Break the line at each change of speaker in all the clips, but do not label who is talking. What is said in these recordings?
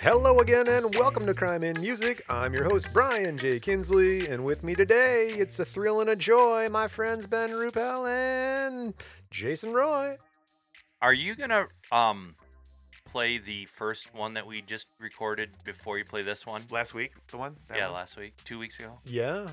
Hello again, and welcome to Crime in Music. I'm your host, Brian J. Kinsley, and with me today, it's a thrill and a joy, my friends Ben Rupel and Jason Roy.
Are you gonna um play the first one that we just recorded before you play this one?
Last week, the one? That
yeah,
one?
last week, two weeks ago.
Yeah.
All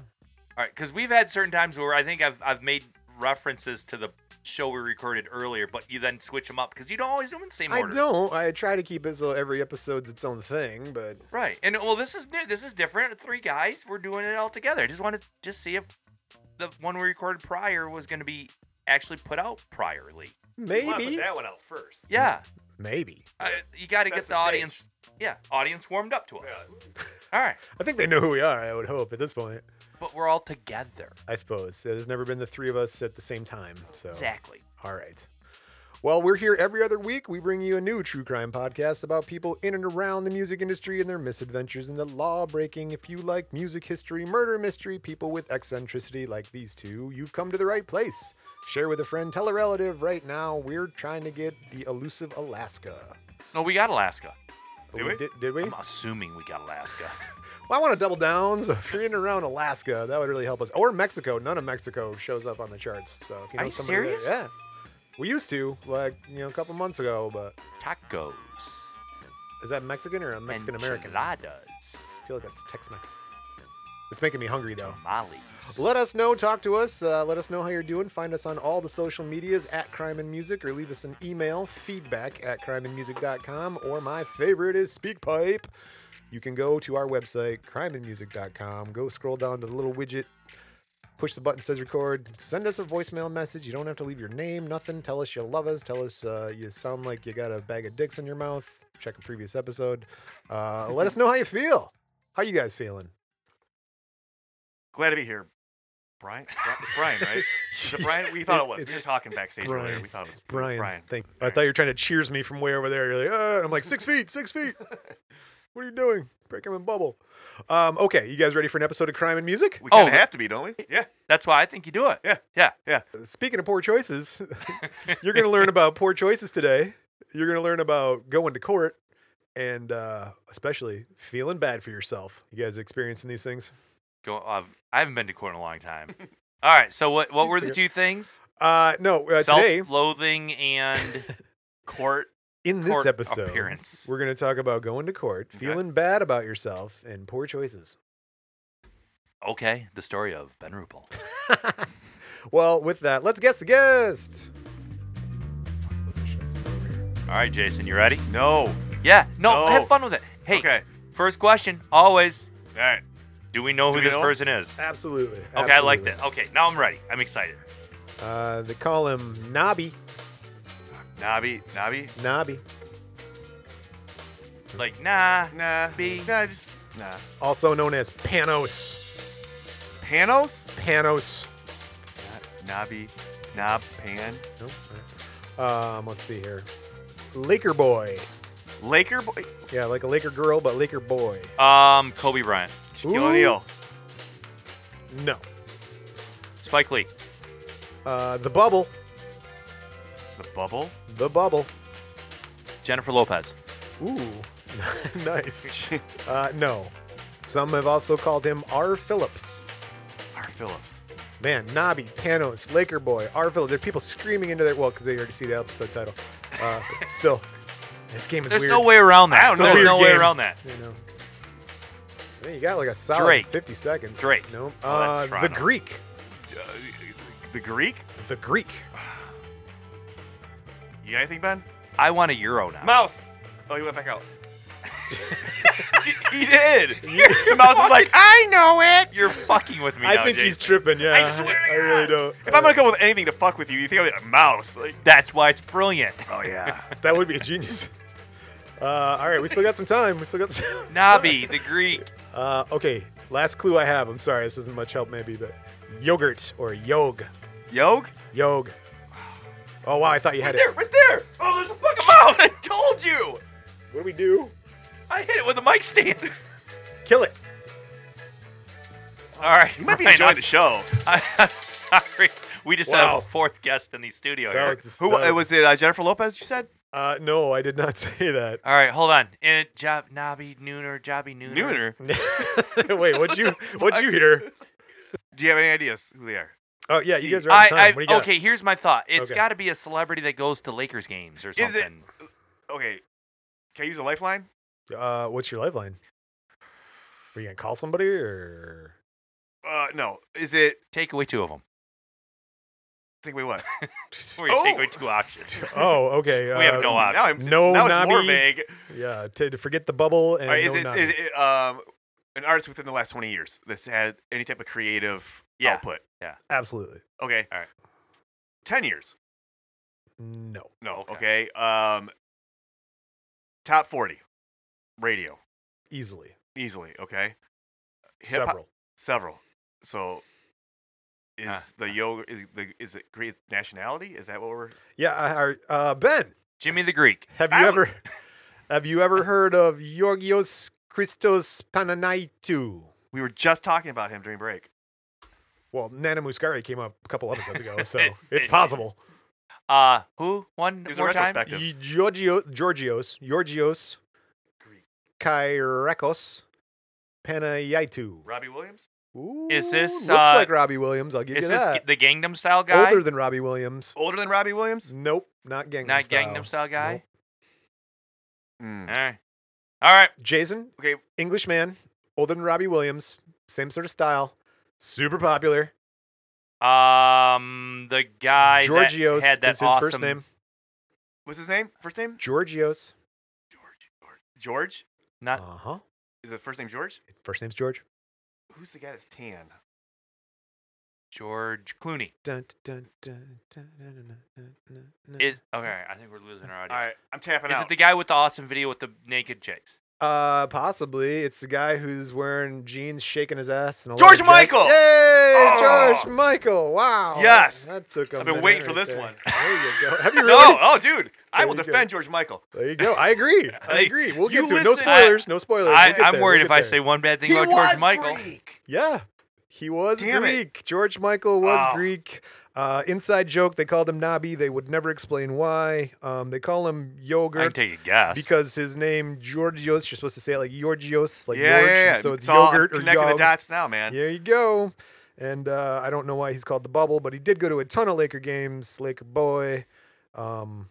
right, because we've had certain times where I think I've I've made references to the show we recorded earlier, but you then switch them up because you don't always do them in the same
I
order.
don't. I try to keep it so every episode's its own thing, but
Right, and well, this is new. This is different. Three guys, we're doing it all together. I just want to just see if the one we recorded prior was gonna be actually put out priorly.
You wanna
maybe.
put that one out first.
Yeah,
Maybe.
uh, you got to
Set
get
the
the audience. Yeah, audience warmed up to us. All right,
I think they know who we are, I would hope, at this point.
but we're all together.
I suppose. There's never been the three of us at the same time, so.
Exactly.
All right. Well, we're here every other week. We bring you a new true crime podcast about people in and around the music industry and their misadventures in the law breaking. If you like music history, murder mystery, people with eccentricity like these two, you've come to the right place. Share with a friend, tell a relative. Right now, we're trying to get the elusive Alaska.
No, we got Alaska.
But
we?
Did, did we?
I'm assuming we got Alaska.
Well, I want to double down. So if you're in and around Alaska, that would really help us. Or Mexico. None of Mexico shows up on the charts. So if you know
Are you
somebody there-
serious?
yeah. We used to, like, you know, a couple months ago, but
Tacos.
Is that Mexican or a Mexican American? I
Enchiladas.
feel like that's Tex Mex. It's making me hungry though.
Tamales.
Let us know, talk to us, uh, let us know how you're doing. Find us on all the social medias at Crime and Music or leave us an email, feedback at crimeandmusic.com, or my favorite is SpeakPipe. You can go to our website, crimeandmusic.com, go scroll down to the little widget, push the button that says record, send us a voicemail message. You don't have to leave your name, nothing. Tell us you love us, tell us uh, you sound like you got a bag of dicks in your mouth. Check a previous episode. Uh, let us know how you feel. How you guys feeling?
Glad to be here. Brian? Bri- It's Brian, right? Is it Brian? We thought it was. We
It's
were talking backstage earlier.
Brian.
We thought it was
Brian.
Brian.
Thank. I
Brian.
thought you were trying to cheers me from way over there. You're like, "Ah," I'm like six feet, six feet. What are you doing? Break him in bubble. Um, okay, you guys ready for an episode of Crime and Music?
We kind
Oh.
of have to be, don't we? Yeah.
That's why I think you do it.
Yeah.
Yeah.
Speaking of poor choices, you're going to learn about poor choices today. You're going to learn about going to court and uh, especially feeling bad for yourself. You guys experiencing these things?
Go, I've, I haven't been to court in a long time. All right. So what? What
You
were
see
the
it.
two things?
Uh, no, uh, today
Self-loathing and
Court.
in this
court
episode,
appearance.
we're going to talk about going to court,
Okay.
feeling bad about yourself, and poor choices.
Okay. The story of Ben Rupel.
well, with that, let's guess the guest.
All right, Jason. You ready?
No. All
Yeah. No,
No.
Have fun with it. Hey.
Okay.
First question. Always.
right.
Do we know who
Do we
this
know?
person is?
Absolutely.
Okay. I like that. Okay. Now I'm ready. I'm excited.
Uh, they call him Nobby.
Nobby. Nobby.
Nobby.
Like nah.
Nah.
B.
Nah. Just, nah.
Also known as Panos.
Panos?
Panos.
Nah, Nobby. Knob. Pan.
Nope. Um, let's see here. Laker boy.
Laker eh, boy.
Yeah, like a Laker girl, but Laker boy.
Um. Kobe Bryant.
Shaquille
Ooh.
O'Neal.
No.
Spike Lee.
Uh, the bubble.
The bubble.
The bubble.
Jennifer Lopez.
Ooh. nice. Uh, no. Some have also called him R. Phillips.
R. Phillips.
Uh,
Man, Nobby, Panos, Laker Boy, Arville. There are people screaming into their well because they already see the episode title. Uh, but still, this game is
There's
weird.
no way around that.
I don't know.
There's
Weird
no way
game.
around that.
You know. Man, you got like a solid
Drake.
50 seconds.
Drake.
No.
Oh, that's
Uh, the
Toronto.
Greek.
Uh, the Greek?
The Greek.
You got anything, Ben?
I want a euro now.
Mouse. Oh, he went back out. he, he did. Mouse is like, I know it.
You're fucking with me.
I
now,
think he's
Jason.
tripping. Yeah.
I swear.
I really don't.
If I'm gonna come with anything to fuck with you, you think I'm a mouse? Like,
That's why it's brilliant.
oh yeah.
that would be a genius. Uh, all right, we still got some time. We still got some. time.
Nabi, the Greek.
Uh, okay, last clue I have. I'm sorry, this isn't much help, maybe, but yogurt or yog.
Yog?
Yog. Oh, wow, I thought you had
Right
it.
there, right there. Oh, there's a fucking mouse. I told you.
What do we do?
I hit it with a mic stand.
Kill it.
All right.
You might be
Ryan,
enjoying
I'm
the show.
I, am sorry. We just
Wow.
have a fourth guest in the studio.
That
Here.
was the-
Who
that
was it? Uh, Jennifer Lopez? You said?
Uh, no, I did not say that.
All right, hold on. And Job Nobby Nooner, Jobby Nooner.
Nooner.
Wait, what'd you what'd you hear?
Do you have any ideas who they are?
Oh yeah, you guys are out
I,
of time.
I,
what do you got?
okay, here's my thought. It's
Okay.
got to be a celebrity that goes to Lakers games or
it-
something.
Okay. Can I use a lifeline?
Uh, what's your lifeline? Are you gonna call somebody or?
Uh, no. Is it?
Take away two of them.
Think we what?
We're gonna take
Oh.
away two options.
Oh, okay.
We have
uh,
no option.
now I'm
No
now it's more
knobby.
vague.
Yeah, to, to forget the bubble and
All right, is,
no
it,
knobby.
is it um an artist within the last twenty years that's had any type of creative
Yeah.
output?
absolutely
Okay.
All right.
Ten years.
no.
No.
Okay.
Okay. Um. Top forty, radio
Easily
easily. Okay. Hip-hop-
several.
Several. So. Is
Ah.
the yoga is the is it Greek nationality? Is that what we're?
Yeah, I- I- uh, Ben,
Jimmy the Greek.
have you
I
ever have you ever heard of Yorgios Christos Pananaitou?
We were just talking about him during break.
Well, Nana Muscari came up a couple episodes ago, so
It-
it's
it-
possible.
Uh, who? One
It was a
more time.
retrospective.
Y- Giorgio, Georgios, Georgios, Kyrakos, Panayaitou.
Robbie Williams.
Ooh,
Is this,
looks
uh,
like Robbie Williams? I'll give
Is
you
this
that.
g- the Gangnam Style guy?
Older than Robbie Williams.
Older than Robbie Williams?
Nope, not Gangnam
Not
Style.
Gangnam Style guy.
Mm.
All right. All right.
Jason,
Okay,
English man, older than Robbie Williams, same sort of style, super popular.
Um, the guy
Georgios
that had that
is his
awesome
first name.
what's his name? First name?
Georgios.
George. George. George?
Uh
Not
huh.
Is his first name George?
First name's George.
Who's the guy that's tan?
George Clooney.
Dun, dun, dun, dun, dun, dun, dun, dun, dun.
Is okay. I think we're losing our
All
audience.
right, I'm tapping
Is
out.
it the guy with the awesome video with the naked chicks?
uh possibly it's the guy who's wearing jeans, shaking his ass, and a
George
leather jacket.
Michael!
Yay,
Oh!
George Michael! Wow.
Yes!
that took a
I've been
minute
waiting for
right
this
there.
one.
There you go. Have you
no,
really?
oh, dude, I
There
will
you go.
defend George Michael.
There you go. I agree. I
Hey,
agree. We'll get
you
to it. No
listen-
spoilers. No spoilers. We'll
I,
get
I'm
there.
worried
We'll
if
get
I
there.
say one bad thing about George Michael.
Greek.
Yeah, he was
Damn it.
Greek. George Michael was
Ah.
Greek. Uh, inside joke, they called him Nobby. They would never explain why. Um, they call him
I can
yogurt
take a guess.
because his name Georgios. You're supposed to say it like Georgios, like
yeah,
George.
yeah, yeah.
and So it's
all- I'm
yogurt or
connecting
yog.
the dots now, man.
There you go. And uh, I don't know why he's called the bubble, but he did go to a ton of Laker games. Laker boy. Um,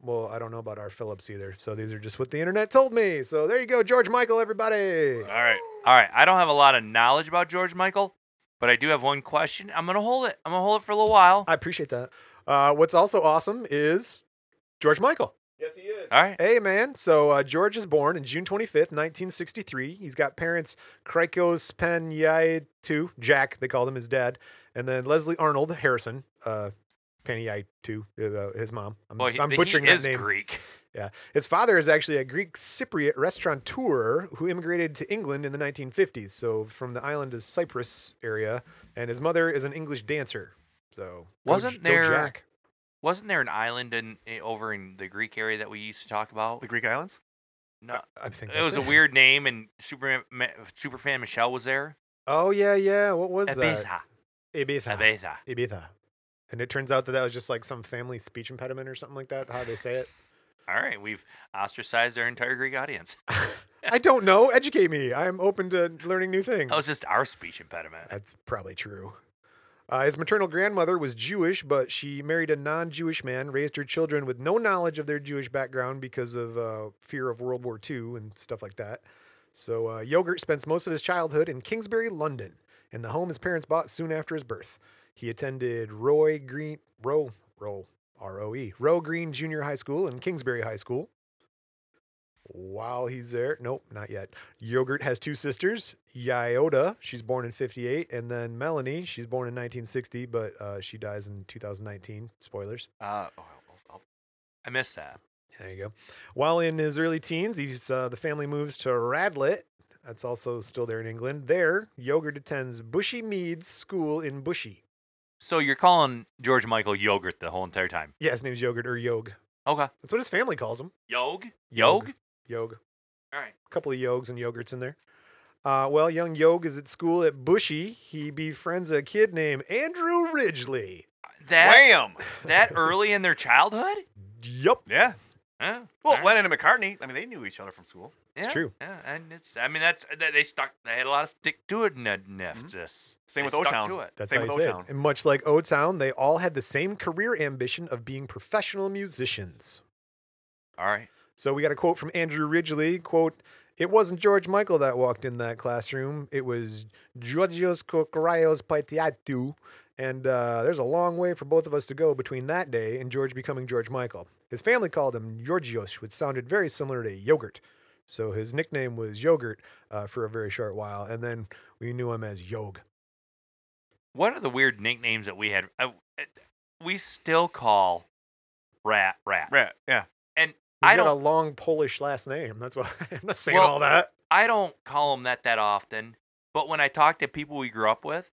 well, I don't know about our Phillips either. So these are just what the internet told me. So there you go, George Michael, everybody.
All right,
All right, I don't have a lot of knowledge about George Michael, but I do have one question. I'm gonna hold it. I'm gonna hold it for a little while.
I appreciate that. Uh, what's also awesome is George Michael.
yes, he is.
All right.
Hey, man. So uh, George is born in June 25th, 1963. He's got parents Krikos Paniaitu, Jack, they called him his dad, and then Leslie Arnold Harrison, uh, Paniaitu, uh, his mom. I'm,
Boy, he,
I'm
he
butchering
is
that name.
Greek.
Yeah. His father is actually a Greek Cypriot restaurateur who immigrated to England in the 1950s. So from the island of Cyprus area. And his mother is an English dancer. So go
Wasn't
J- go
there-
Jack.
Wasn't there an island in eh, over in the Greek area that we used to talk about?
The Greek Islands.
No,
I think
it was a weird name, and Superman, Ma- Superfan Michelle was there.
Oh yeah, yeah. What was that?
Ibiza,
Ibiza.
Ibiza.
Ibiza. And it turns out that that was just like some family speech impediment or something like that. How they say it.
All right, we've ostracized our entire Greek audience.
I don't know. Educate me. I'm open to learning new things.
That was just our speech impediment.
That's probably true. Uh, his maternal grandmother was Jewish, but she married a non Jewish man, raised her children with no knowledge of their Jewish background because of uh, fear of World War II and stuff like that. So, uh, Yogurt spends most of his childhood in Kingsbury, London, in the home his parents bought soon after his birth. He attended Roy Green, Roe, Roe, R O E, Roe Green Junior High School and Kingsbury High School. While he's there, nope, not yet. Yogurt has two sisters, Iota, she's born in 58, and then Melanie, she's born in 1960, but uh, she dies in 2019. Spoilers.
Uh, oh, I'll- I'll-
I missed that.
There you go. While in his early teens, he's, uh, the family moves to Radlett. That's also still there in England. There, Yogurt attends Bushy Meads School in Bushy.
So you're calling George Michael yogurt the whole entire time?
Yeah, his name's Yogurt or Yog.
Okay.
That's what his family calls him.
Yog.
Yog.
Yog.
Yog.
All right.
couple of yogs and yogurts in there. Uh, well, young Yog is at school at Bushy. He befriends a kid named Andrew Ridgely.
That
Wham!
that early in their childhood?
Yup.
Yeah,
Yeah.
Well,
alright.
Lennon and McCartney, I mean, they knew each other from school.
It's
Yeah,
true.
Yeah, and it's I mean that's they- they stuck they had a lot of stick to it ness.
Same with O-Town.
To it.
That's
Same
how you
with
say it.
O-Town.
And much like O Town, they all had the same career ambition of being professional musicians.
All right.
So we got a quote from Andrew Ridgely. Quote, it wasn't George Michael that walked in that classroom. It was Georgios Kokoraios Paitiatu. And uh, there's a long way for both of us to go between that day and George becoming George Michael. His family called him Georgios, which sounded very similar to yogurt. So his nickname was Yogurt uh, for a very short while. And then we knew him as Yog.
What are the weird nicknames that we had? I, we still call Rat Rat.
Right. Yeah.
He's
I
got a
don't
long Polish last name. That's why I'm not saying
Well,
all that.
I don't call them that that often, but when I talk to people we grew up with,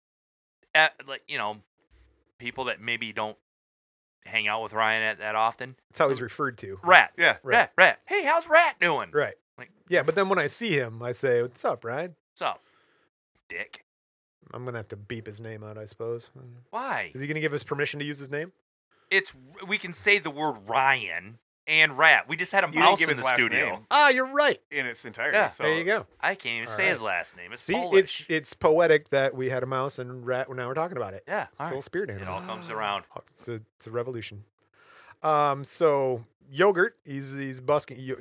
at, like you know, people that maybe don't hang out with Ryan at that often,
That's how he's referred to.
Rat,
Yeah.
Right.
Rat, Rat. Hey, how's Rat doing?
Right.
Like-
Yeah, but then when I see him, I say, "What's up, Ryan?"
What's up, Dick?
I'm gonna have to beep his name out, I suppose.
Why?
Is he gonna give us permission to use his name?
it's we can say the word Ryan and rat. We just had a
You didn't
mouse
give
in
his
the
last
studio.
name
Ah, you're right.
in its entirety.
Yeah.
So
there you go.
I can't even
All
say his
right.
last name. It's
see,
Polish.
it's it's poetic that we had a mouse and rat. Now we're talking about it.
yeah.
It's a
all
little
right.
spirit
It
animal.
all comes around.
Oh, It's a, it's a revolution. Um, so yogurt, he's he's busking yo,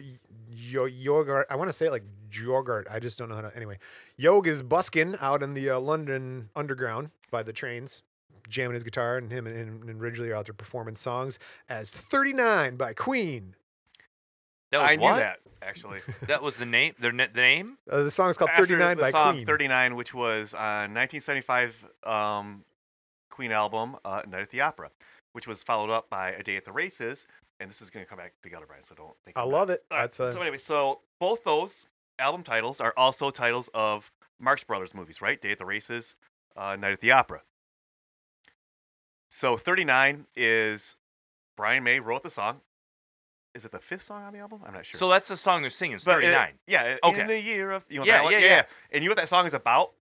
yo, yogurt. I want to say it like yogurt. I just don't know how to. Anyway, Yog is busking out in the uh, London underground by the trains, jamming his guitar, and him and, and, and Ridgely are out there performing songs as "39" by Queen.
That was
I knew
what?
that actually.
That was the name. Their ni- the name.
Uh, the song is called
After
"39"
the
by
song
Queen.
39, which was uh, 1975 um, Queen album uh, Night at the Opera, which was followed up by A Day at the Races, and this is going to come back together, Brian. So don't. Think
I love it.
All right,
That's a,
Uh, so anyway, so both those album titles are also titles of Marx Brothers movies, right? Day at the Races, uh, Night at the Opera. So 39 is Brian May wrote the song. Is it the fifth song on the album? I'm not sure.
So that's the song they're singing. It's
But it-
Thirty nine.
yeah.
Okay.
In the year of you know
Yeah,
that one?
yeah,
yeah,
yeah.
And you know what that song is about?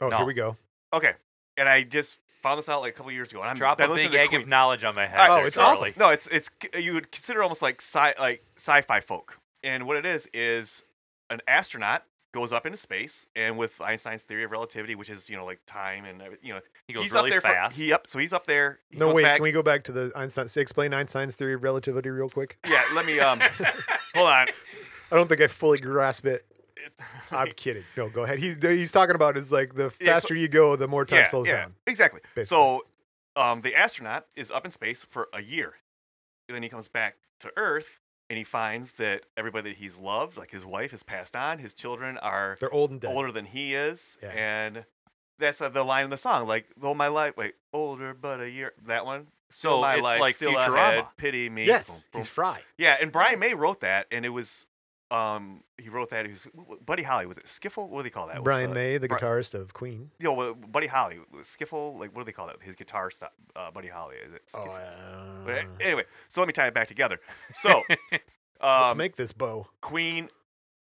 oh,
no.
here we go.
Okay. And I just found this out like a couple years ago. And I'm
Drop
been
a
listening
big
to
egg
Queen.
of knowledge on my head.
All
Oh,
there,
it's awesome.
Charlie.
No, it's it's you would consider almost like sci like sci-fi folk. And what it is is an astronaut goes up into space, and with Einstein's theory of relativity, which is you know like time and every- you know
He goes
he's
really
up there for-
fast.
he up so he's up there. He
No,
goes
wait.
back-
Can we go back to the Einstein? Explain Einstein's theory of relativity real quick.
Yeah, let me um hold on.
I don't think I fully grasp it. I'm kidding. No, go ahead. He's he's talking about is like the faster
Yeah, so-
you go, the more time
yeah,
slows
yeah,
down.
Exactly.
basically.
So um, the astronaut is up in space for a year. And then he comes back to Earth and he finds that everybody that he's loved, like his wife, has passed on. His children are
They're old and dead.
older than he is,
Yeah.
and that's uh, the line in the song. Like, oh my life, wait, older but a year. That one.
So
my
it's
life,
like
still
Futurama.
Ahead, pity me.
Yes,
Boom, boom.
he's Fry.
yeah. And Brian May wrote that, and it was, um, he wrote that. He was Buddy Holly. Was it Skiffle? What do they call that?
Brian
Uh,
May, the
Bri-
guitarist of Queen.
You know, well, Buddy Holly, Skiffle. Like, what do they call that? His guitar stuff. Uh, Buddy Holly. Is it?
Oh,
Skiffle?
uh,
But a- anyway, so let me tie it back together. So, um,
let's make this bow.
Queen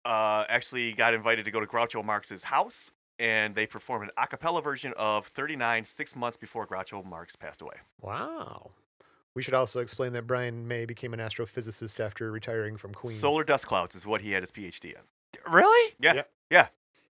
uh, actually got invited to go to Groucho Marx's house, and they performed an a cappella version of 39 six months before Groucho Marx passed away.
Wow. We should also explain that Brian May became an astrophysicist after retiring from Queen.
Solar dust clouds is what he had his PhD in.
Really?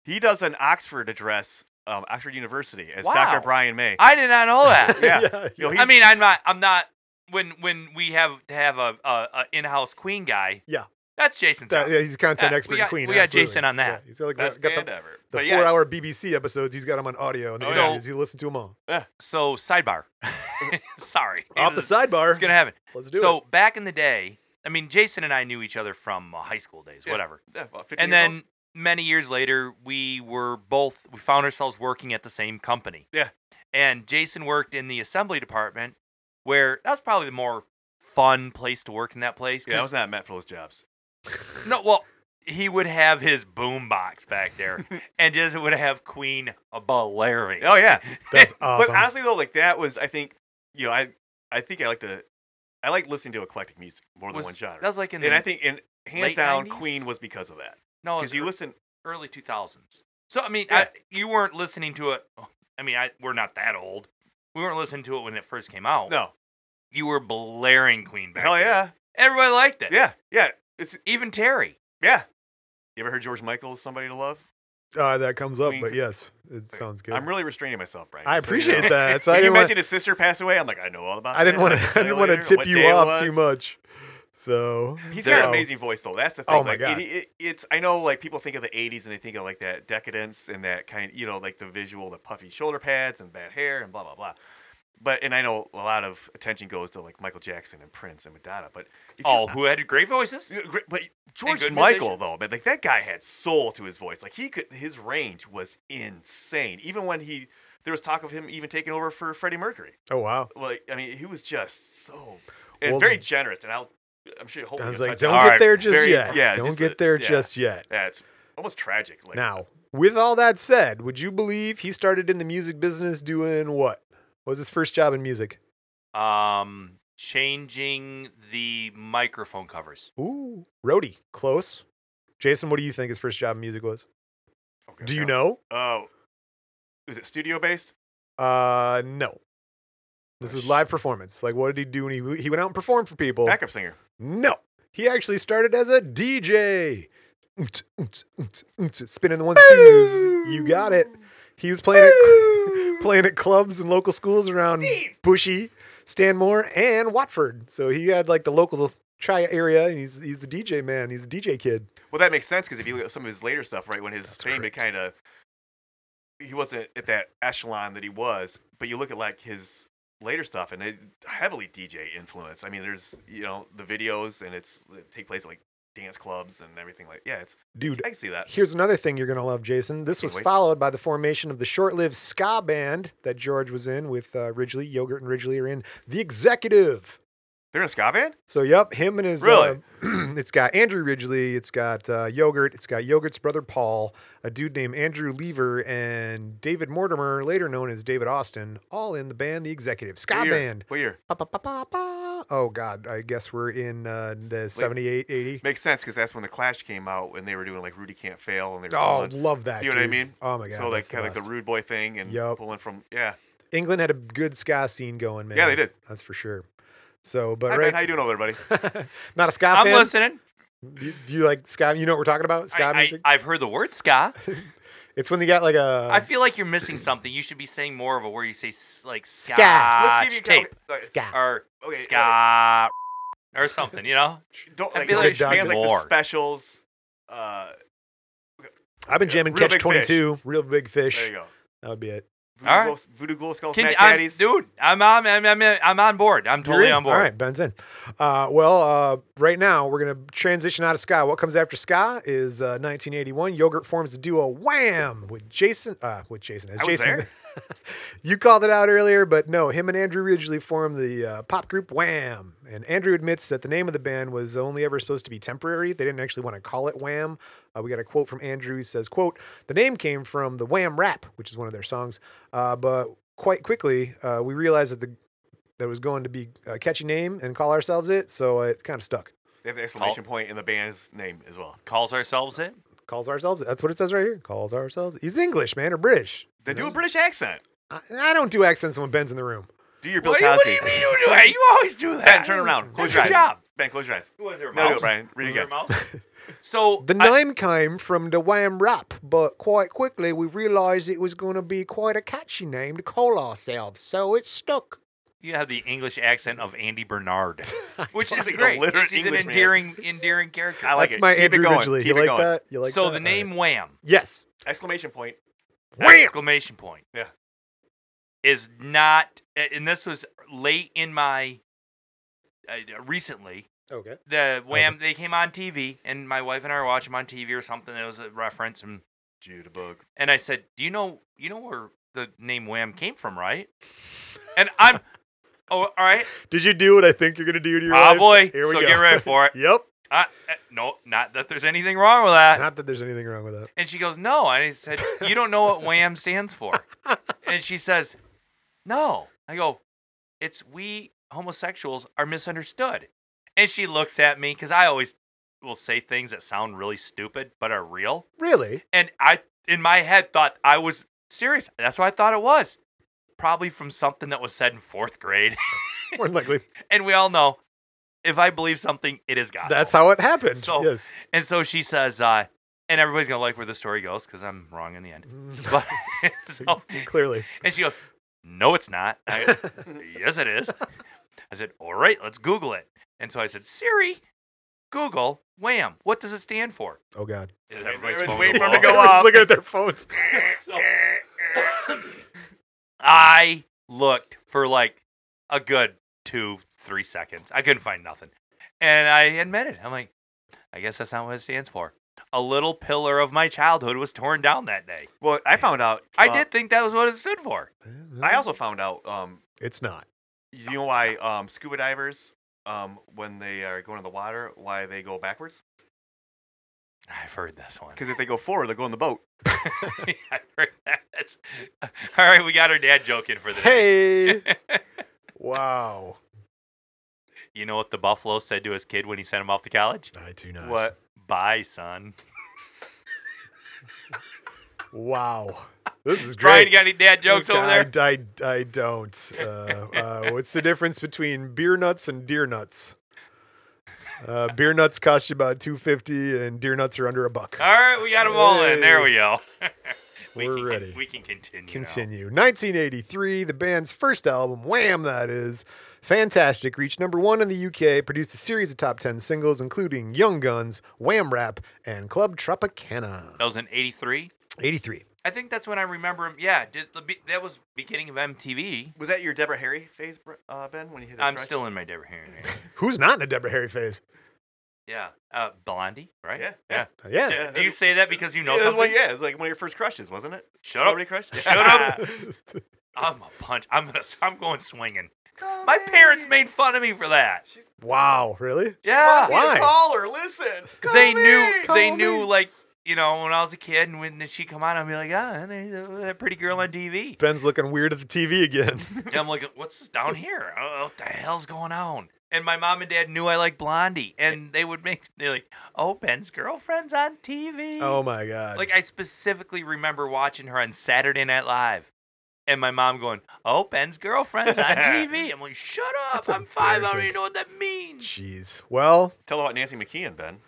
He does an Oxford address, um, Oxford University, as
Wow.
Dr. Brian May.
I did not know that.
yeah.
yeah.
Yo,
I
he's-
mean, I'm not. I'm not. When when we have to have a, a, a in-house Queen guy.
Yeah.
That's Jason.
That-
Todd.
yeah, he's a
Uh,
content
Yeah,
expert
we
in
got-
Queen.
we got
absolutely.
Jason on that.
Yeah, he's like
Best
got
band
the,
ever.
the
But
four
yeah,
hour BBC episodes. He's got them on audio. And the
Oh,
sad
yeah.
is you listen to them all.
So sidebar. Sorry.
Off the sidebar.
It's gonna happen.
Let's do
so
it.
back in the day, I mean, Jason and I knew each other from uh, high school days,
Yeah.
whatever.
yeah, about 15
And
years
then
old.
many years later, we were both we found ourselves working at the same company.
Yeah.
And Jason worked in the assembly department, where that was probably the more fun place to work in that place.
yeah, I
'cause-
was not meant for those jobs.
no, well, he would have his boom box back there, and Jason would have Queen blaring.
Oh yeah,
That's awesome.
But honestly, though, like that was, I think, you know, I, I think I like to, I like listening to eclectic music more than
Was-
one genre.
That was like in
and
the
I think, and hands
late Oh,
down,
90s?
Queen was because of that.
no, it was
Because you
ear-
listen,
early 2000s. So I mean,
Yeah.
I, you weren't listening to it. oh, I mean, I, we're not that old. We weren't listening to it when it first came out.
no,
You were blaring Queen back.
hell
there.
yeah,
Everybody liked it.
Yeah, yeah, it's
Even Terry.
yeah. You ever heard George Michael's "Somebody to Love"?
Uh, that comes up,
Wink.
but yes, it sounds good.
I'm really restraining myself, Brian.
I
just so you know.
appreciate that. So I
Can you
didn't
imagine
want,
his sister passed away? I'm like, I know all about.
I didn't
that.
want to.
saw
I
it
didn't want to
later,
tip
what
you
day it
off too
was.
much. So
He's got an
so-
amazing voice though. That's the thing.
Oh my
like,
God.
It, it, it's I know like people think of the '80s and they think of like that decadence and that kind, you know, like the visual, the puffy shoulder pads and bad hair and blah blah blah. But and I know a lot of attention goes to like Michael Jackson and Prince and Madonna. But if you-
Oh, who had great voices?
Yeah, great- But George
good
Michael,
musicians.
though, man, like that guy had soul to his voice. Like he could, his range was insane. Even when he, there was talk of him even taking over for Freddie Mercury.
oh wow,
Like I mean, he was just so and
Well,
very generous. And I'll, I'm sure. Hopefully
I was
we'll
like,
touch on
don't
All
get
right,
there just
very-
yet.
yeah,
don't
just
get
the-
there
yeah.
just yet.
Yeah, it's almost tragic. Like
Now, with all that said, would you believe he started in the music business doing what? What was his first job in music?
Um, changing the microphone covers.
Ooh, roadie, close. Jason, what do you think his first job in music was?
Okay,
Do you
no.
know?
Oh, is it studio based?
Uh, no. This is live performance. Like, what did he do when he he went out and performed for people?
Backup singer.
No, he actually started as a DJ. Oot, oot, oot, oot, Spinning the ones twos. You got it. He was playing at, playing at clubs and local schools around
Steve.
Bushy, Stanmore, and Watford. So he had like the local tri area, and he's he's the DJ man. He's the DJ kid.
Well, that makes sense because if you look at some of his later stuff, right, when his
That's
fame had
correct.
kind of, he wasn't at that echelon that he was. But you look at like his later stuff, and it heavily DJ influence. I mean, there's you know the videos, and it's it take place at, like dance clubs and everything like yeah. It's
Dude,
I can see that.
Here's another thing you're going to love, Jason. This was
Can't wait.
followed by the formation of the short lived ska band that George was in with uh, Ridgely. Yogurt and Ridgely are in The Executive.
They're in a ska band.
So, yep, him and his.
Really?
Uh, it's got Andrew Ridgely. It's got uh, Yogurt. It's got Yogurt's brother Paul, a dude named Andrew Lever, and David Mortimer, later known as David Austin, all in the band The Executive. Ska
what year?
band.
What year?
Ba, ba, ba, ba, ba. Oh, God. I guess we're in uh, the 78, 80.
Makes sense because that's when the Clash came out, and they were doing like Rudy Can't Fail, and they were
Oh,
pulling-
love that.
You know what I
dude.
mean?
Oh, my God.
so like
that's
kind of like
best.
the rude boy thing and
Yup.
pulling from yeah.
England had a good ska scene going, man.
Yeah, they did.
That's for sure. So, but
Hi, Ben,
right,
how you doing over there, buddy?
not a ska
I'm
fan.
listening.
Do you, do you like ska? You know what we're talking about? Ska
I,
music.
I, have heard the word ska.
it's when they got like a
I feel like you're missing something. You should be saying more of a word. You say s- like ska
Let's give you
Ah, tape
Okay,
ska.
or
okay,
ska or something. You know,
Don't
I
like,
feel
like,
like
bands like the
more.
specials. Uh,
I've been jamming
Real
Catch
Big
Twenty
Fish.
Two, Real Big
there you
Fish.
go.
That would be it.
Voodoo,
All right.
glow, voodoo glow skulls,
Can-
Mac
I'm-
Daddies.
dude, I'm on, I'm, I'm, I'm on board. I'm
You're
totally
in?
on board.
All right, Ben's in. Uh, well, uh, right now we're gonna transition out of ska. What comes after ska is uh, 1981. Yogurt forms the duo Wham with Jason. Uh, with Jason as
I was
Jason.
there.
you called it out earlier, but no, him and Andrew Ridgely formed the uh, pop group Wham. And Andrew admits that the name of the band was only ever supposed to be temporary. They didn't actually want to call it Wham. Uh, we got a quote from Andrew. He says, "quote The name came from the Wham rap, which is one of their songs, uh, but." Quite quickly, uh, we realized that the that was going to be a catchy name and call ourselves it, so it kind of stuck.
They have an exclamation point in the band's name as well.
Calls ourselves it.
Calls ourselves. That's what it says right here. Calls ourselves. He's English, man, or British.
They do a
Yes.
British accent.
I, I don't do accents when Ben's in the room.
Do your Bill
What, do
Cosby.
you- what do you mean you do it? You always do that.
Ben, turn around.
That's
Close
your
your eyes.
job.
Ben, close your eyes.
Was there a
No, no,
mouse?
Brian. Read
Was
it
there
again.
a mouse? So
The
I-
name came from the Wham rap, but quite quickly we realized it was going to be quite a catchy name to call ourselves, so it stuck.
you have the English accent of Andy Bernard, which is
He's an
great.
illiterate
He's an
Englishman.
endearing, endearing character.
I like
That's
it.
my
Keep it
Andrew
going.
Ridgely.
Keep
You
it
like
going.
that? You like
so
that?
the
All
name
right.
Wham,
Yes.
Exclamation point.
Wham!
exclamation point.
Yeah.
Is not, and this was late in my, uh, recently,
Okay.
the Wham, they came on TV, and my wife and I were watching them on TV or something. It was a reference, and
Jude a bug.
and I said, "Do you know, you know where the name Wham came from, right?" And I'm, oh, all right,
Did you do what I think you're going to do to your life?
probably.
Here we
so
go.
get ready for it.
yep.
I, uh, no, not that there's anything wrong with that.
Not that there's anything wrong with that.
And she goes, No. And I said, You don't know what Wham stands for. and she says, No. I go, It's we homosexuals are misunderstood. And she looks at me because I always will say things that sound really stupid but are real.
Really?
And I, in my head, thought I was serious. That's what I thought it was. Probably from something that was said in fourth grade.
More than likely.
and we all know if I believe something, it is gospel.
That's how it happened.
So-
yes.
And so she says, uh, and everybody's gonna like where the story goes because I'm wrong in the end. But so,
Clearly.
and she goes, "No, it's not." I go, yes, it is. I said, "All right, let's Google it." And so I said, "Siri, Google Wham. What does it stand for?"
Oh God.
And
Everybody's
phone
waiting
goes
for him to
off.
go
Everyone's
off.
looking at their phones.
So- I looked for like a good two, three seconds. I couldn't find nothing. And I admitted, I'm like, I guess that's not what it stands for. A little pillar of my childhood was torn down that day.
Well, I found out.
I
uh,
did think that was what it stood for.
I also found out. Um,
It's not.
you know why um, scuba divers, um, when they are going in the water, why they go backwards?
I've heard this one.
Because if they go forward, they'll go in the boat.
I've heard that. All right, we got our dad joking for the day.
Hey. wow.
You know what the buffalo said to his kid when he sent him off to college?
I do not.
What?
Bye, son.
Wow. This is
Brian,
great.
you got any dad jokes over there?
I, I, I don't. Uh, uh, what's the difference between beer nuts and deer nuts? Uh, beer nuts cost you about two fifty, and deer nuts are under a buck.
All right, we got them all in. There we go. we
We're
can,
ready.
We can continue. now.
Continue. 1983, the band's first album, Wham! That is fantastic, reached number one in the UK, produced a series of top 10 singles, including Young Guns, Wham Rap, and Club Tropicana.
That was in '83.
83.
I think that's when I remember him. Yeah, did, the be- that was beginning of MTV.
Was that your Deborah Harry phase, Br- uh, Ben? When you hit? a
I'm
crush?
still in my Deborah hearing.
Who's not in a Deborah Harry phase?
yeah, uh, Blondie, right?
Yeah, yeah.
Uh, yeah.
Yeah. Do you say that because you know
yeah, it was
something?
One, yeah, it's like one of your first crushes, wasn't it?
Shut up!
Celebrity crush.
Shut up. I'm a punch. I'm gonna. I'm going swinging. My parents made fun of me for that.
Wow, really?
Yeah,
Why?
Why? Call her. Listen. Call
they
me.
knew. They
Call
knew
me.
like. You know, when I was a kid, and when she come on, I'd be like, "Ah, there's that pretty girl on TV."
Ben's looking weird at the TV again.
And I'm like, what's this down here? Oh, what the hell's going on? And my mom and dad knew I liked Blondie, and they would make they're like, "Oh, Ben's girlfriend's on TV."
oh my God.
like I specifically remember watching her on Saturday Night Live, and my mom going, "Oh, Ben's girlfriend's on TV." I'm like, "Shut up!
That's
I'm five. I don't
embarrassing.
even know what that means."
Jeez. Well,
Tell about Nancy McKeon, Ben.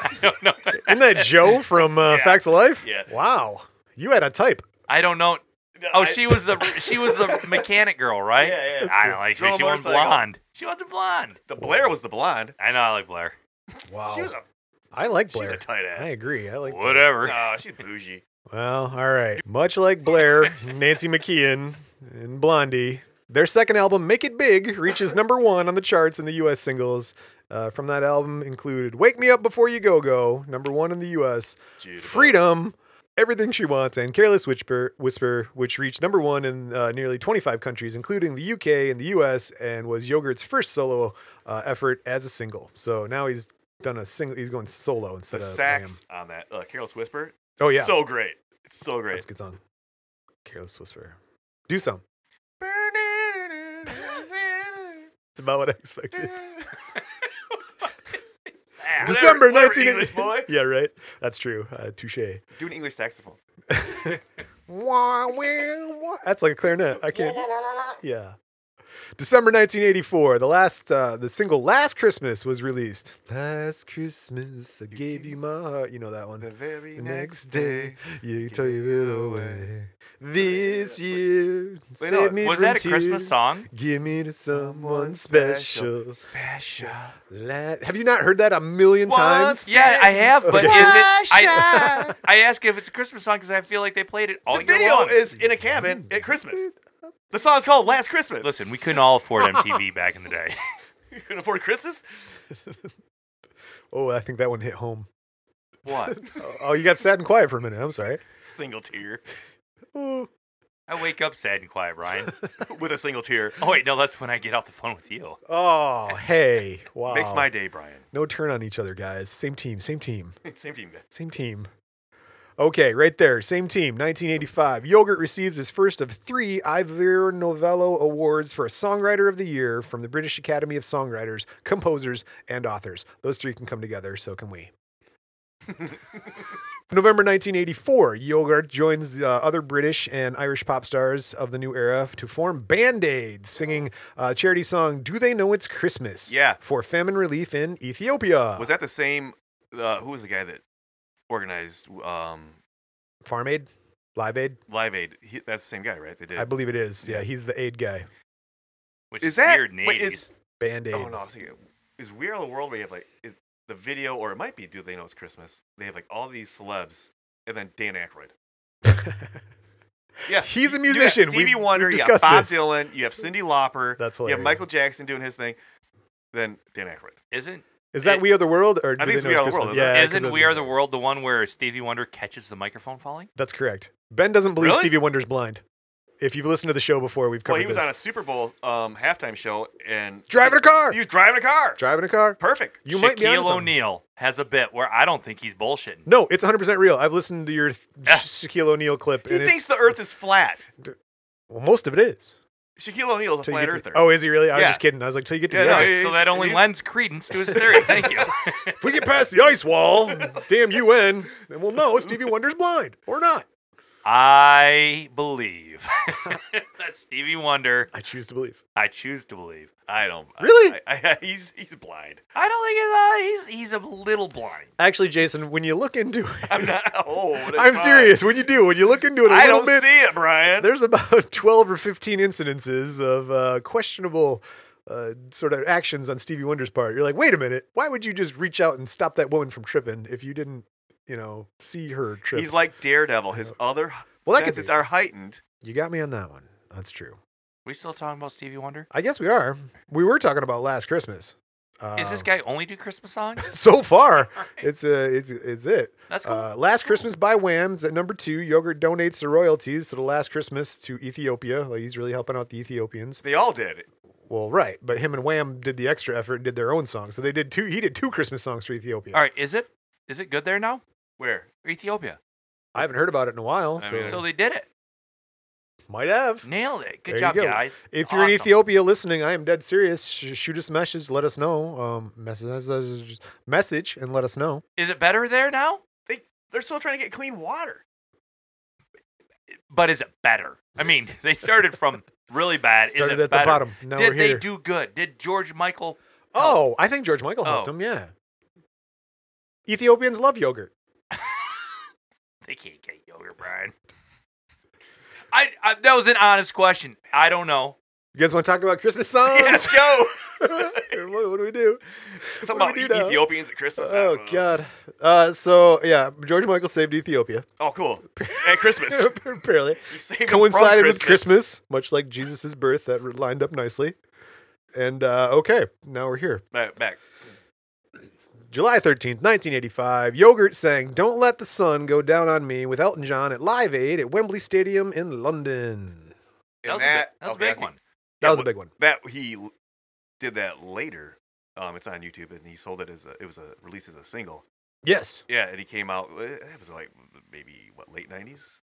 I don't know.
isn't that Joe from uh,
Yeah.
Facts of Life?
Yeah.
Wow. You had a type.
I don't know. Oh,
I-
she was the she was the mechanic girl, right?
Yeah, yeah.
I don't like
Girl
she, she wasn't
motorcycle.
blonde. She wasn't blonde.
The Blair was the blonde.
I know I like Blair.
Wow.
She was a,
I like
she's
Blair.
a tight ass.
I agree. I like Blair.
Whatever.
No, oh, she's bougie.
Well, all right. Much like Blair, Nancy McKeon, and Blondie, their second album, Make It Big, reaches number one on the charts in the U.S. singles. Uh, from that album included Wake Me Up Before You Go Go, number one in the U.S.,
Jude.
Freedom, Everything She Wants, and Careless Whisper, Whisper which reached number one in uh, nearly 25 countries, including the U.K. and the U.S., and was Yogurt's first solo uh, effort as a single. So now he's done a single, he's going solo
The
instead of
sax on that. Uh, Carel's Whisper.
Wham. Oh, yeah.
So great. It's so great.
That's a good song. Careless Whisper. Do some. It's about what I expected.
Ah.
December
whatever,
1980.
English boy.
yeah, right. That's true. Uh, touche.
Do an English saxophone.
Wah, wah, wah. That's like a clarinet. I can't. Yeah. December 1984, the last, uh, the single "Last Christmas" was released. Last Christmas, I gave you my heart. You know that one.
The very
The next day, you took it away. This year,
Wait,
save
no,
me
Was
from
that a Christmas
tears.
song?
Give me to someone
Someone
special.
special. Special.
La- Have you not heard that a million
Once
times?
Yeah, I have, but is it? I,
Russia.
I ask if it's a Christmas song because I feel like they played it all
The
year
video
long.
is in a cabin at Christmas. The song is called Last Christmas.
Listen, we couldn't all afford MTV back in the day.
you can afford Christmas?
Oh, I think that one hit home.
What?
Oh, oh, you got sad and quiet for a minute. I'm sorry.
Single tear.
Oh,
I wake up sad and quiet, Brian.
With a single tear.
Oh wait, no, that's when I get off the phone with you.
oh, hey, wow.
Makes my day, Brian.
no turn on each other, guys. Same team, same team,
Same team, Ben.
same team. Okay, right there, same team. 1985. Yogurt receives his first of three Ivor Novello Awards for a Songwriter of the Year from the British Academy of Songwriters, Composers, and Authors. Those three can come together, so can we. November 1984, Yogurt joins the uh, other British and Irish pop stars of the new era to form Band Aid, singing uh, charity song Do They Know It's Christmas?
Yeah.
For famine relief in Ethiopia.
Was that the same? Uh, who was the guy that organized um,
Farm Aid? Live Aid?
Live Aid? He, that's the same guy, right? They did.
I believe it is. Yeah, he's the aid guy.
Which
is that
weird in the
wait,
80s.
is
Band Aid.
oh no? I was thinking, is Weird Al World where you have like is the video or it might be Do They Know It's Christmas? They have like all these celebs and then Dan Aykroyd. Yeah,
He's a
you got
musician.
Stevie
We've- we've
Wonder, you got
discussed
Bob
this.
Dylan, you have Cindy Lauper,
That's
you have
hilarious.
Michael Jackson doing his thing, then Dan Aykroyd.
Isn't
Is that We Are the World? Or do
I think
they
it's
know
We
it's
Are the
Christmas?
World,
Yeah,
isn't it?
'cause
isn't
that's-
We Are the World the one where Stevie Wonder catches the microphone falling?
That's correct. Ben doesn't believe
Really?
Stevie Wonder's blind. If you've listened to the show before, we've covered
Well, he was
this.
on a Super Bowl um, halftime show and
Driving a car.
He was driving a car.
Driving a car.
Perfect.
You
Shaquille
might be onto something.
O'Neal has a bit where I don't think he's bullshitting.
No, it's 100% real. I've listened to your th- Shaquille O'Neal clip.
Ah. He
and it's-
thinks the Earth is flat.
Well, most of it is.
Shaquille O'Neal is a
Till you
flat
get to-
Earther.
oh, is he really? I was
Yeah.
just kidding. I was like, till you get to
Yeah,
the
no,
ice.
he-
So that only
he's-
lends credence to his theory. Thank you.
If we get past the ice wall, damn UN, then we'll know Stevie Wonder's blind or not.
I believe that Stevie Wonder.
I choose to believe.
I choose to believe.
I don't. I-
Really?
I, I, he's he's blind.
I don't think he's uh, he's he's a little blind.
Actually, Jason, when you look into it,
I'm not. Oh, that's
I'm
fine.
serious. When you do, when you look into it a
I
little
don't
bit,
see it, Brian.
there's about 12 or 15 incidences of uh, questionable uh, sort of actions on Stevie Wonder's part. You're like, wait a minute, why would you just reach out and stop that woman from tripping if you didn't, you know, see her trip?
He's like Daredevil. His other
Well, that could
senses
be.
are heightened.
you got me on that one. That's true.
We still talking about Stevie Wonder?
I guess we are. We were talking about last Christmas. Uh,
Is this guy only do Christmas songs?
so far?
All right.
It's a, it's it's it.
That's cool.
Uh, last Christmas by Wham's at number two. Yogurt donates the royalties to the Last Christmas to Ethiopia. Like he's really helping out the Ethiopians.
They all did.
Well, right, but him and Wham did the extra effort and did their own song. So they did two. He did two Christmas songs for Ethiopia.
All right. Is it is it good there now?
Where?
Ethiopia.
I haven't heard about it in a while,
I
so,
mean-
So they did it.
might have.
Nailed it. Good
There you
job,
go.
guys.
If you're in
Awesome.
Ethiopia listening, I am dead serious. Sh- shoot us a message. Let us know. Um, message, message, and let us know.
is it better there now?
They they're still trying to get clean water.
But is it better? I mean, they started from really bad.
Started
is it
at
better?
the bottom. Now
Did
we're
they
here.
do good? Did George Michael?
oh, I think George Michael helped
Oh.
him. Yeah. Ethiopians love yogurt.
They can't get yogurt, Brian. I, I that was an honest question. I don't know.
You guys want to talk about Christmas songs?
Let's go.
what, what do we do?
Something
What
about
do we do now?
Ethiopians at Christmas. I
Oh
don't know.
God. Uh, so yeah, George Michael saved Ethiopia.
Oh, cool. At Christmas.
Apparently.
He saved them from
coincided with Christmas, much like Jesus' birth. That re- lined up nicely. And uh, okay, now we're here.
Back, back.
July 13th, 1985, Yogurt sang Don't Let the Sun Go Down on Me with Elton John at Live Aid at Wembley Stadium in London.
That
And
was, a, big- that was
okay, I
a big
think
one.
That
Yeah,
was a
wh-
big one.
That he l- did that later. Um, it's on YouTube, and he sold it as a, it was a released as a single.
Yes.
Yeah, and he came out. uh, It was like maybe what late nineties.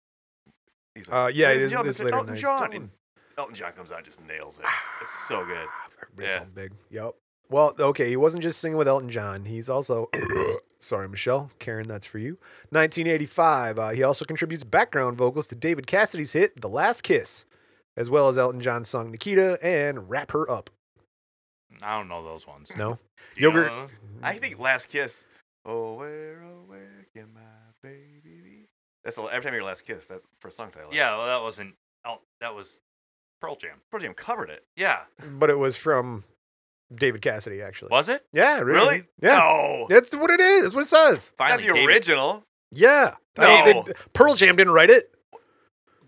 He's
Uh, yeah, it is-
"Ladies and gentlemen,
it's
Mr.
later
Elton
90s.
John.
Don't-
And Elton John comes out, and just nails it. It's so good.
It's
Yeah.
all big. Yep. Well, okay, he wasn't just singing with Elton John. He's also, sorry, Michelle, Karen, that's for you. 1985. Uh, he also contributes background vocals to David Cassidy's hit "The Last Kiss," as well as Elton John's song "Nikita" and "Wrap Her Up."
I don't know those ones.
No,
Do you know
Yogurt-
those?
Mm.
I think "Last Kiss." Oh, where, oh, where can my baby be? That's the, every time you hear "Last Kiss." That's for a song title.
Yeah, well, that wasn't. Oh, that was Pearl Jam.
Pearl Jam covered it.
Yeah,
but it was from David Cassidy, actually.
was it?
Yeah, really?
Really?
Yeah,
No,
that's what it is. That's what it says.
Finally,
not the
David,
original.
Yeah.
No.
They- they- Pearl Jam didn't write it.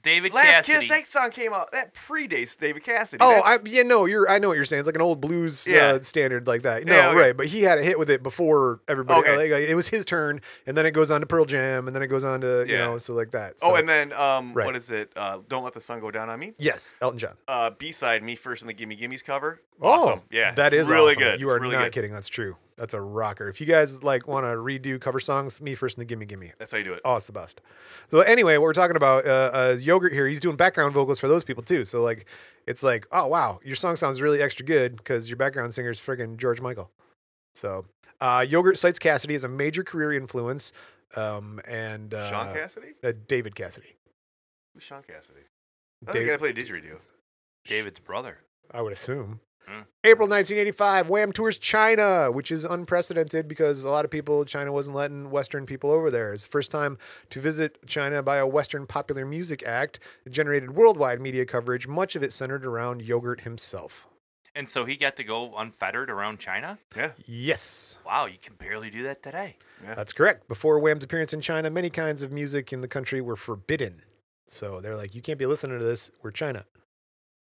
David
Last
Cassidy.
Kiss, that song came out. That predates David Cassidy.
Oh,
That's-
I, yeah, no, you're. I know what you're saying. It's like an old blues
Yeah.
uh, standard like that. No,
Yeah, okay.
right. But he had a hit with it before everybody.
Okay.
like, like, it was his turn, and then it goes on to Pearl Jam, and then it goes on to you
Yeah.
know, so like that.
oh,
So-
and then um,
Right.
what is it? Uh, Don't let the sun go down on me.
yes, Elton John.
Uh, B side, me first in the Gimme Gimme's cover.
Oh,
awesome. yeah,
that
it's
is
really
awesome.
good.
You
It's
are
really
not
good.
kidding. That's true. That's a rocker. If you guys like want to redo cover songs, me first and the gimme gimme.
That's how you do it.
Oh, it's the best. So anyway, what we're talking about, uh, uh, yogurt here. He's doing background vocals for those people too. So like, it's like, oh wow, your song sounds really extra good because your background singer is freaking George Michael. So uh, yogurt cites Cassidy as a major career influence. um, and uh,
Sean Cassidy?
uh, David Cassidy.
Who's Sean Cassidy? That's the guy
David,
that played didgeridoo.
David's brother.
I would assume.
Hmm.
April 1985, Wham tours China, which is unprecedented because a lot of people, China wasn't letting Western people over there. It's the first time to visit China by a Western popular music act. It generated worldwide media coverage, much of it centered around Yogurt himself.
And so he got to go unfettered around China?
Yeah.
Yes.
Wow, you can barely do that today.
That's correct. Before Wham's appearance in China, many kinds of music in the country were forbidden. So they're like, you can't be listening to this. We're China.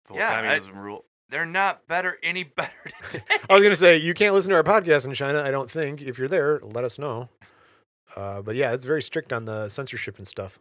The whole
Yeah, I-
communism rule.
They're not better any better today.
I was going to say, you can't listen to our podcast in China, I don't think. If you're there, let us know. Uh, but yeah, it's very strict on the censorship and stuff.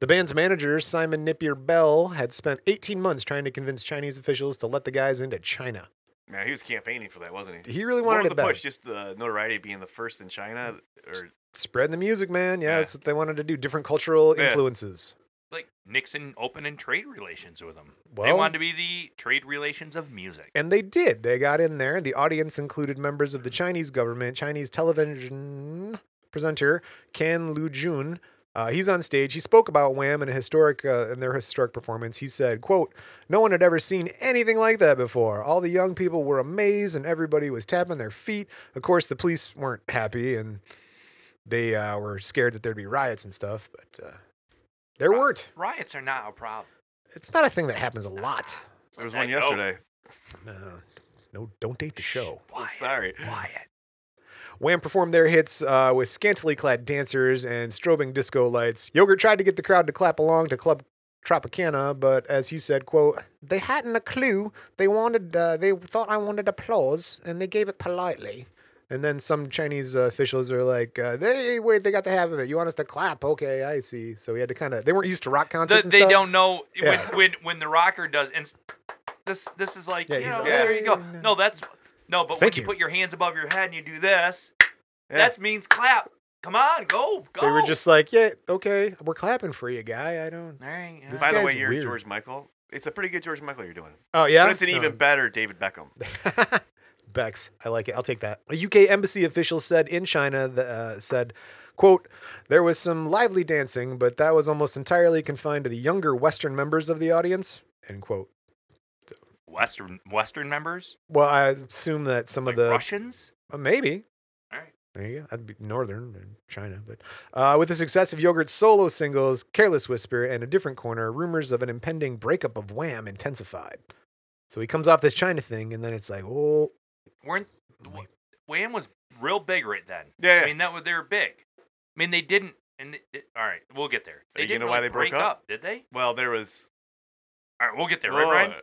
The band's manager, Simon Nipier Bell, had spent 18 months trying to convince Chinese officials to let the guys into China.
Man, he was campaigning for that, wasn't he?
He really
What
wanted
was the
it bad.
push? Just the notoriety of being the first in China, or
Spreading the music, man. Yeah,
Yeah.
that's what they wanted to do. Different cultural
Yeah.
influences.
like Nixon opening trade relations with them. they
Well-
wanted to be the trade relations of music.
And they did. They got in there. The audience included members of the Chinese government, Chinese television presenter Kan Lu Jun. Uh, he's on stage. He spoke about Wham and a historic uh, and their historic performance. He said, "quote No one had ever seen anything like that before. All the young people were amazed, and everybody was tapping their feet. Of course, the police weren't happy, and they uh, were scared that there'd be riots and stuff. But uh, there weren't.
Riots are not a problem.
It's not a thing that happens a lot.
there was
I
one
know.
yesterday.
No, no, don't date the show."
I'm
Quiet,
sorry.
Quiet.
Wham performed their hits uh, with scantily clad dancers and strobing disco lights. Yogurt tried to get the crowd to clap along to Club Tropicana, but as he said, "quote They hadn't a clue. They wanted. Uh, they thought I wanted applause, and they gave it politely." And then some Chinese uh, officials are like, uh, "They wait. They got the half of it. You want us to clap? Okay, I see." So we had to kind of. They weren't used to rock
The-
concerts. and
they
stuff.
don't know
Yeah.
when, when when the rocker does and s- this this is like
Yeah,
you
he's
know,
like,
there
"Yeah,
you go.
yeah, yeah."
No, that's no, but when
Thank
you,
you.
put your hands above your head and you do this,
Yeah.
that means clap. Come on, go, go.
They were just like, "Yeah, okay, we're clapping for you, guy. I don't."
all right. yeah.
This
By the
guy's
way, you're
weird.
George Michael. It's a pretty good George Michael you're doing.
Oh yeah,
But it's an
No.
even better David Beckham.
Bex, I like it. I'll take that. A UK embassy official said in China th- uh, said, "quote There was some lively dancing, but that was almost entirely confined to the younger Western members of the audience." End quote.
Western Western members,
Well, I assume that some
like
of the
Russians.
uh, maybe.
All right.
There you go. That'd be northern and China, but uh, with the success of Yogurt's solo singles "Careless Whisper" and "A Different Corner," rumors of an impending breakup of Wham intensified. So he comes off this China thing, and then it's like, oh,
weren't Wh- Wham was real big right then.
Yeah,
I
yeah.
mean that was they were big. I mean they didn't. And they- they- all right, we'll get there. They
you
didn't
know
really
why they broke
break
up?
did they?
Well, there was. Oh,
All right, we'll get there,
Whoa.
right, Brian?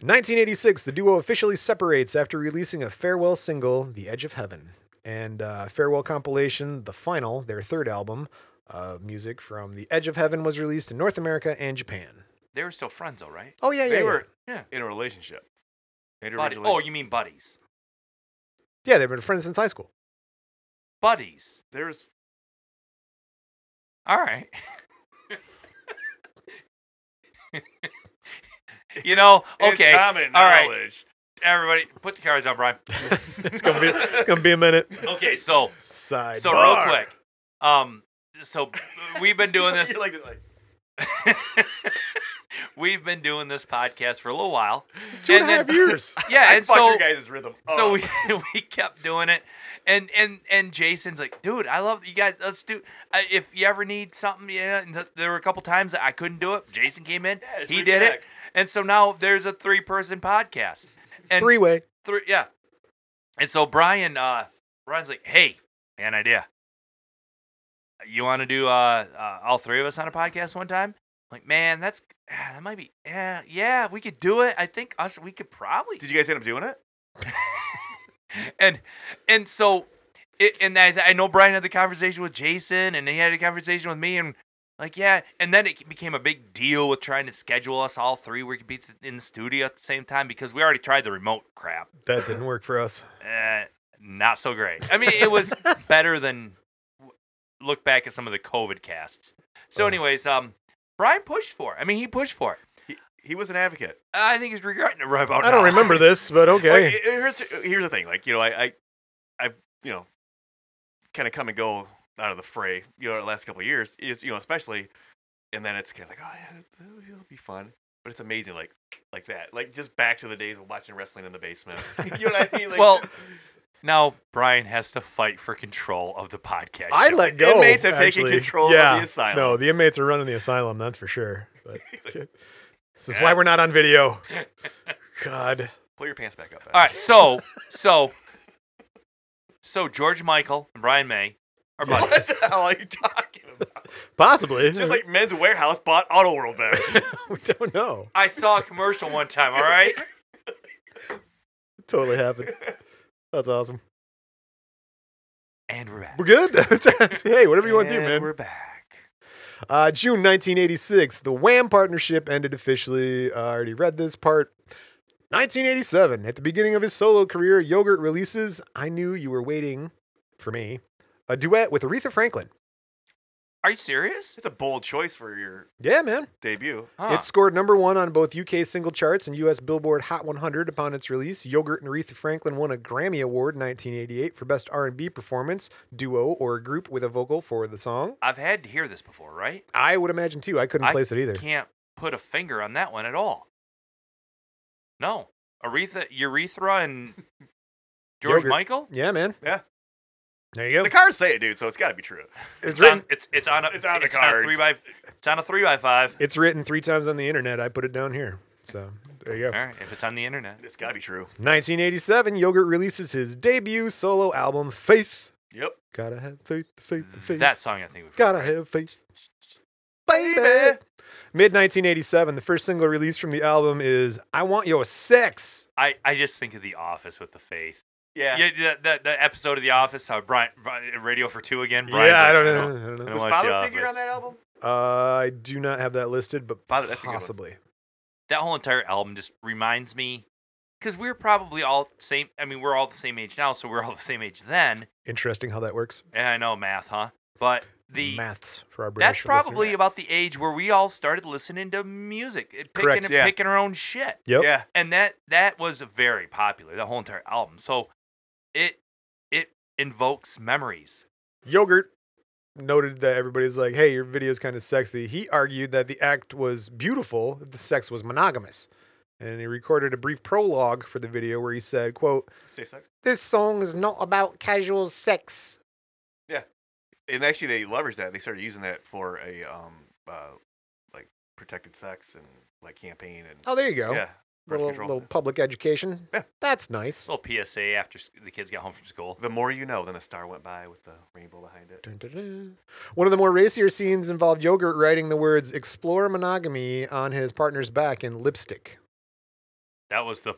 1986, the duo officially separates after releasing a farewell single, The Edge of Heaven, and uh, farewell compilation, The Final, their third album. Uh, music from The Edge of Heaven was released in North America and Japan.
They were still friends, all right.
Oh, yeah, yeah.
They
yeah.
were
Yeah.
in a relationship. They had a
Buddy-
relationship.
oh, you mean buddies?
yeah, they've been friends since high school.
Buddies.
there was.
All right. you know, okay.
It's common
all right.
knowledge.
Everybody, put the cards on, Brian.
It's going to be it's gonna be a minute.
Okay, so
Side.
so
bar.
real quick, um, so we've been doing this.
You're like, like,
we've been doing this podcast for a little while.
Two and a half years.
Yeah,
I
and
fucked
so
your guys' rhythm. Oh.
so
up.
we, we kept doing it, and and and Jason's like, dude, I love you guys. Let's do. I- If you ever need something, yeah. And th- there were a couple times that I couldn't do it. Jason came in,
Yeah, just
he
reach
did it,
back.
and so now there's a three person podcast. And
Three way.
three yeah and so brian uh brian's like hey an idea you want to do uh, uh all three of us on a podcast one time I'm like man that's ah, that might be yeah yeah we could do it i think us we could probably
Did you guys end up doing it?
and and so it, and I, I know brian had the conversation with jason and he had a conversation with me and like yeah and then it became a big deal with trying to schedule us all three we could be th- in the studio at the same time because we already tried the remote crap
That didn't work for us.
uh, not so great. I mean, it was better than look back at some of the COVID casts. So,
Oh.
anyways, um, Brian pushed for. it. I mean, he pushed for it.
He, he was an advocate.
I think he's regretting it right about
I don't
now.
remember this, but okay.
Like, here's here's the thing. Like you know, I I, I you know, kind of come and go out of the fray, you know, the last couple of years is, you know, especially, and then it's kind of like, oh yeah, it'll, it'll be fun. But it's amazing, like, like that, like just back to the days of watching wrestling in the basement. you know what I mean? Like,
Well, Now Brian has to fight for control of the podcast.
I
show.
let go.
Inmates have taken
actually.
control of
yeah.
the asylum.
No, the inmates are running the asylum. That's for sure. But, this is why we're not on video. God.
pull your pants back up.
All right, so so so George Michael and Brian May are buddies.
What the hell are you talking about?
Possibly.
Just like Men's Warehouse bought Auto World back.
we don't know.
I saw a commercial one time. All right,
Totally happened. That's awesome.
and we're back.
We're good. hey, whatever you want to do,
And
man.
We're back.
Uh, June 1986, the Wham partnership ended officially. I already read this part. 1987, at the beginning of his solo career, Yogurt releases I Knew You Were Waiting for Me, a duet with Aretha Franklin.
Are you serious?
It's a bold choice for your
Yeah, man.
debut.
Huh.
It scored number one on both UK single charts and US Billboard Hot 100 upon its release. Yogurt and Aretha Franklin won a Grammy Award in 1988 for Best R&B Performance, Duo, or Group with a Vocal for the song.
I've had to hear this before, right?
I would imagine, too. I couldn't
I
place it either.
Can't put a finger on that one at all. No, Aretha, Urethra, and George
Yogurt.
Michael.
Yeah, man.
Yeah.
There you
The
go.
cards say it, dude, so it's got to be true.
It's
It's on,
written
it's it's on a
It's on the
a
cards.
three by it's on a three by five.
It's written three times on the internet. I put it down here. So there you go.
All right, if it's on the internet,
It's got to be true.
1987, Yogurt releases his debut solo album, Faith.
Yep.
Gotta have faith, faith, faith.
that song I think we've
Gotta have faith. Baby. Mid 1987, the first single released from the album is I Want Your Sex.
I, I just think of The Office with the faith.
Yeah.
Yeah, that, that, that episode of The Office, how Brian, Brian Radio for Two again. Brian's
yeah,
like,
I don't
"No,
know. I don't
I
know.
don't
Was
watch The
Father figure
Office."
on that album?
Uh, I do not have that listed, but
Father, that's a good one.
possibly.
That whole entire album just reminds me, because we're probably all same. I mean, we're all the same age now, so we're all the same age then.
Interesting how that works.
And I know math, huh? But the
Maths for our
that's
British
probably
listeners.
about the age where we all started listening to music, eh, picking
Correct,
and
yeah.
picking our own shit.
Yep.
Yeah.
and that that was very popular the whole entire album so it it invokes memories
Yogurt noted that everybody's like, hey, your video's kind of sexy. He argued that the act was beautiful, if the sex was monogamous. And he recorded a brief prologue for the video where he said, quote,
Say sex.
This song is not about casual sex.
And actually, they leveraged that. They started using that for a um uh like protected sex and like campaign and
Oh, there you go.
yeah, birth
little,
control.
little public education.
Yeah.
That's nice.
a little psa after s- the kids got home from school
The more you know. Then a star went by with the rainbow behind it.
Dun, dun, dun. One of the more racier scenes involved Yogurt writing the words explore monogamy on his partner's back in lipstick.
that was the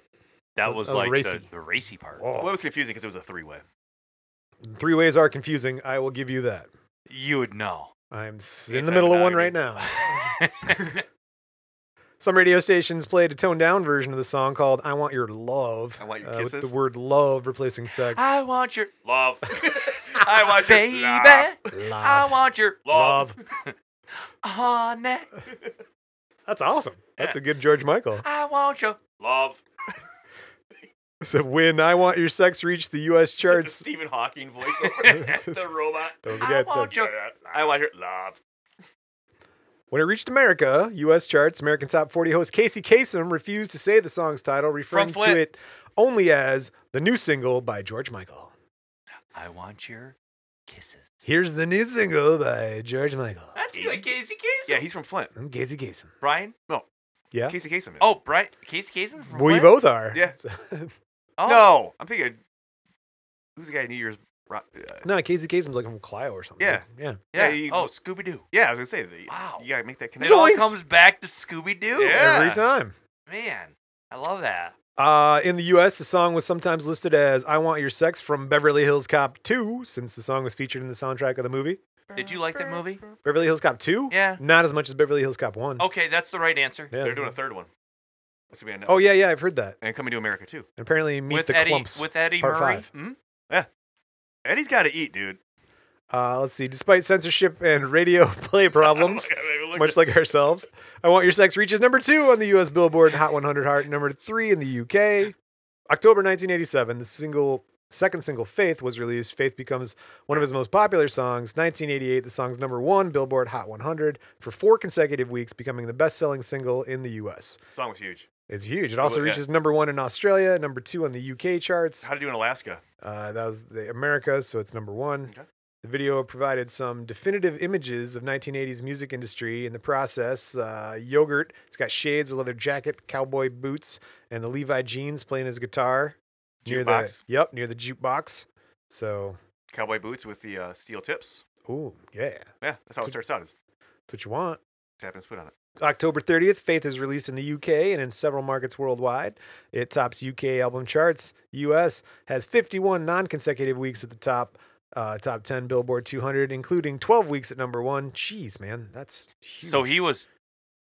That
that was
was
like
racy.
The, the racy part
Whoa.
Well, it was confusing because it was a three way.
Three ways are confusing. I will give you that.
you would know
I'm s-
It's
in the middle of one
monogamy.
right now. Some radio stations played a toned down version of the song called I Want Your Love. uh,
I Want Your
With
Kisses.
the word love replacing sex.
i want your love
I watched
baby
it.
i
Love.
want your love, honey
That's awesome. That's a good George Michael.
i want your love
So when I Want Your Sex reached the US
The
charts,
Stephen Hawking voice. the robot.
that was a
i
good
want
thing.
your
I watch it. Love.
When it reached America, US charts, American Top 40 host Casey Kasem refused to say the song's title, referring
Flint.
to it only as the new single by George Michael.
i want your kisses
Here's the new single by George Michael.
that's like casey Kasem.
Yeah, he's from Flint.
I'm Casey Kasem.
brian
Yeah.
Casey Kasem. Is.
oh brian casey Kasem from
we
Flint?
both are.
Yeah.
oh.
no, I'm thinking. Who's the guy New Year's? Rock, uh,
No, Casey Kasem's like from Clio or something.
Yeah.
Yeah.
Yeah.
Yeah, you-
oh, Scooby Doo.
yeah, I was gonna say. The,
Wow.
You gotta make that
It
connection.
all
Zoinks.
comes back to Scooby Doo.
Yeah.
Every time.
Man, I love that.
Uh, in the US, the song was sometimes listed as I Want Your Sex from Beverly Hills Cop 2, since the song was featured in the soundtrack of the movie.
Did you like that movie?
Beverly Hills Cop 2?
Yeah.
Not as much as Beverly Hills Cop 1.
Okay, that's the right answer.
Yeah.
Oh, They're doing a third one. That's gonna be a
Oh, yeah, yeah, I've heard that.
And coming to America too.
And apparently, Meet
with
the
Eddie,
Clumps.
with Eddie
part
Murray.
five.
Eddie's got to eat, dude.
Uh, let's see. Despite censorship and radio play problems,
I don't know,
much like ourselves, I Want Your Sex reaches number two on the US Billboard Hot 100 Heart, number three in the UK. October 1987, the single Second single, Faith, was released. Faith becomes one of his most popular songs. 1988, the song's number one, Billboard Hot 100, for four consecutive weeks, becoming the best selling single in the US.
Song was huge.
It's huge. It also
yeah.
reaches number one in Australia, number two on the UK charts.
How to do in Alaska?
Uh, that was the Americas, so it's number one.
Okay.
The video provided some definitive images of 1980s music industry in the process. Uh, yogurt, it's got shades, a leather jacket, cowboy boots, and the Levi jeans playing his guitar near
Jukebox.
the yep near the jukebox. So,
Cowboy boots with the uh, steel tips.
ooh yeah,
Yeah, that's how it starts out. Is
that's what you want.
tapping his foot on it.
October 30th, Faith is released in the UK and in several markets worldwide. It tops UK album charts. US has 51 non-consecutive weeks at the top, uh, top 10 Billboard 200, including 12 weeks at number one. Jeez, man, that's huge.
So he was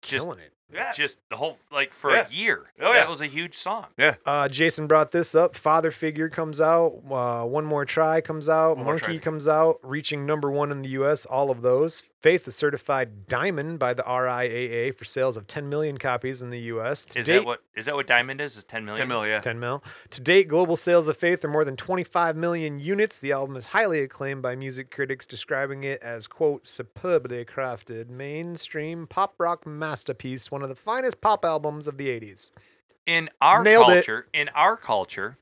just
killing it.
Yeah.
just the whole like for
Yeah.
a year.
Oh, yeah.
That was a huge song.
Uh, Jason brought this up. Father Figure comes out. Uh, One More Try comes out.
One More
Monkey
Try.
comes out, reaching number one in the U.S. All of those. Faith is certified diamond by the RIAA for sales of 10 million copies in the U.S. To
Is
date-
that what is that what Diamond is? Is ten million?
Ten mil, yeah.
10 mil. To date, global sales of Faith are more than 25 million units. The album is highly acclaimed by music critics, describing it as, quote, superbly crafted, mainstream pop rock masterpiece, one of the finest pop albums of the 80s.
In our
Nailed it.
culture, in our culture,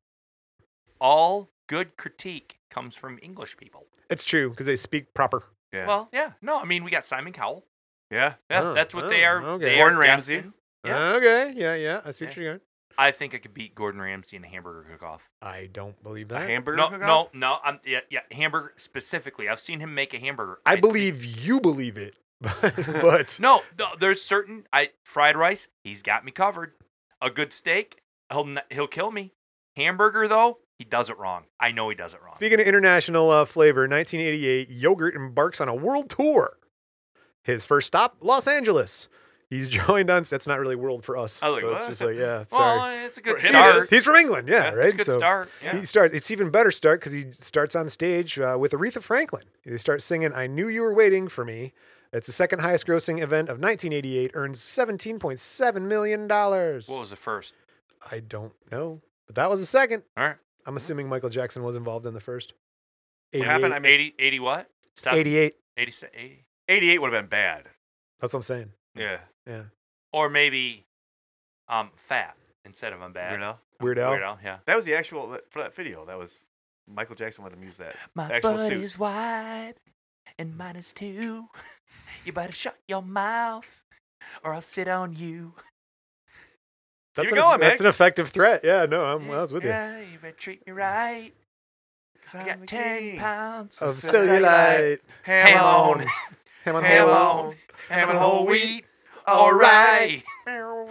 all good critique comes from English people.
It's true because they speak proper.
Yeah.
Well, yeah, no, I mean we got Simon Cowell.
yeah.
Yeah,
Oh,
that's what they
oh,
are.
okay.
They
Gordon
are
Ramsay.
destined. Yeah.
Okay. Yeah. Yeah. I see what
Yeah.
you're doing.
I think I could beat Gordon Ramsay in a hamburger cook-off.
I don't believe
A
that.
hamburger.
No,
cook-off?
no, no. I'm yeah, yeah. Hamburger specifically. I've seen him make a hamburger.
I
think-
believe you believe it, but, but
No, no, there's certain. I fried rice. He's got me covered. A good steak. He'll n- he'll kill me. Hamburger though, he does it wrong. I know he does it wrong.
Speaking of international uh, flavor, 1988, Yogurt embarks on a world tour. His first stop, Los Angeles. He's joined on. That's not really world for us.
I was like,
so it's
what?
just like, yeah, sorry.
Well, it's a good
For him, it
start.
is.
He's from England, yeah, right.
It's a good
so
start.
Yeah.
he starts. It's even better start because he starts on stage uh, with Aretha Franklin. They start singing "I Knew You Were Waiting for Me." It's the second highest grossing event of 1988. Earns 17.7 million dollars.
What was the first?
I don't know, but that was the second.
All right.
I'm assuming Michael Jackson was involved in the first.
What happened? I missed.
80, 80 what?
88. 88.
87, 80.
Eighty-eight would have been bad.
That's what I'm saying.
Yeah.
Yeah.
Or maybe um fat instead of I'm
You
bad.
know.
Weird Al.
Weird Al, yeah.
That was the actual for that video. That was Michael Jackson let him use that.
My
Actual suit.
body's wide and mine is two. You better shut your mouth or I'll sit on you.
That's,
Keep
an,
going,
that's
Mick.
an effective threat. Yeah, no, I'm, I was with you.
Yeah, you better treat me right. I got 10 pounds
Of
cellulite.
cellulite.
Ham on.
Ham on
Ham
halo.
on. Ham and whole wheat.
All right.
There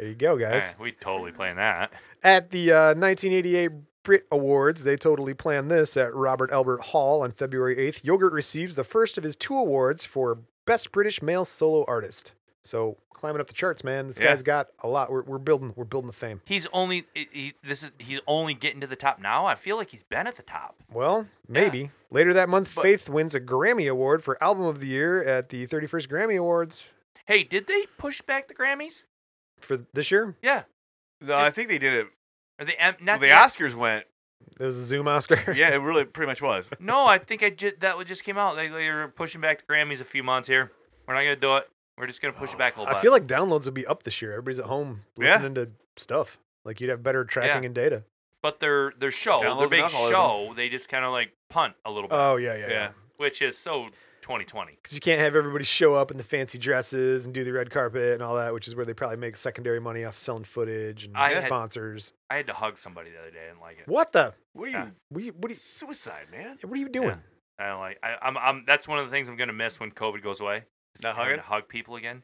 you go, guys.
we totally playing that.
At the uh, 1988 Brit Awards, they totally planned this at Robert Albert Hall on February 8th. Yogurt receives the first of his two awards for Best British Male Solo Artist. So climbing up the charts, man. This
Yeah.
guy's got a lot. We're, we're building. We're building the fame.
He's only he- he, this is he's only getting to the top now. I feel like he's been at the top.
Well, maybe. Later that month,
But-
Faith wins a Grammy Award for Album of the Year at the 31st Grammy Awards
Hey, did they push back the Grammys?
for this year.
Yeah.
No, I think they did it.
Or the M-
Well,
not
the
M-
Oscars went.
It was a Zoom Oscar.
Yeah, it really pretty much was.
No, I think I ju- that one just came out. They, they were pushing back the Grammys a few months here. We're not gonna do it. We're just gonna push it back a little
I
bit.
feel like downloads will be up this year. Everybody's at home
Yeah.
listening to stuff. Like you'd have better tracking and data.
but their their show,
Downloads
their
and
big
alcoholism.
show, they just kind of like punt a little bit,
Oh yeah, yeah, yeah.
Yeah.
which is so 2020.
Because you can't have everybody show up in the fancy dresses and do the red carpet and all that, which is where they probably make secondary money off selling footage and
I had-
sponsors.
I had to hug somebody the other day. I didn't like it.
What the?
What are you?
Yeah.
What are you, what are
Suicide, man.
you, what are you doing?
I don't like. I, I'm. I'm. That's one of the things I'm gonna miss when COVID goes away. Having
Not hugging.
to hug people again.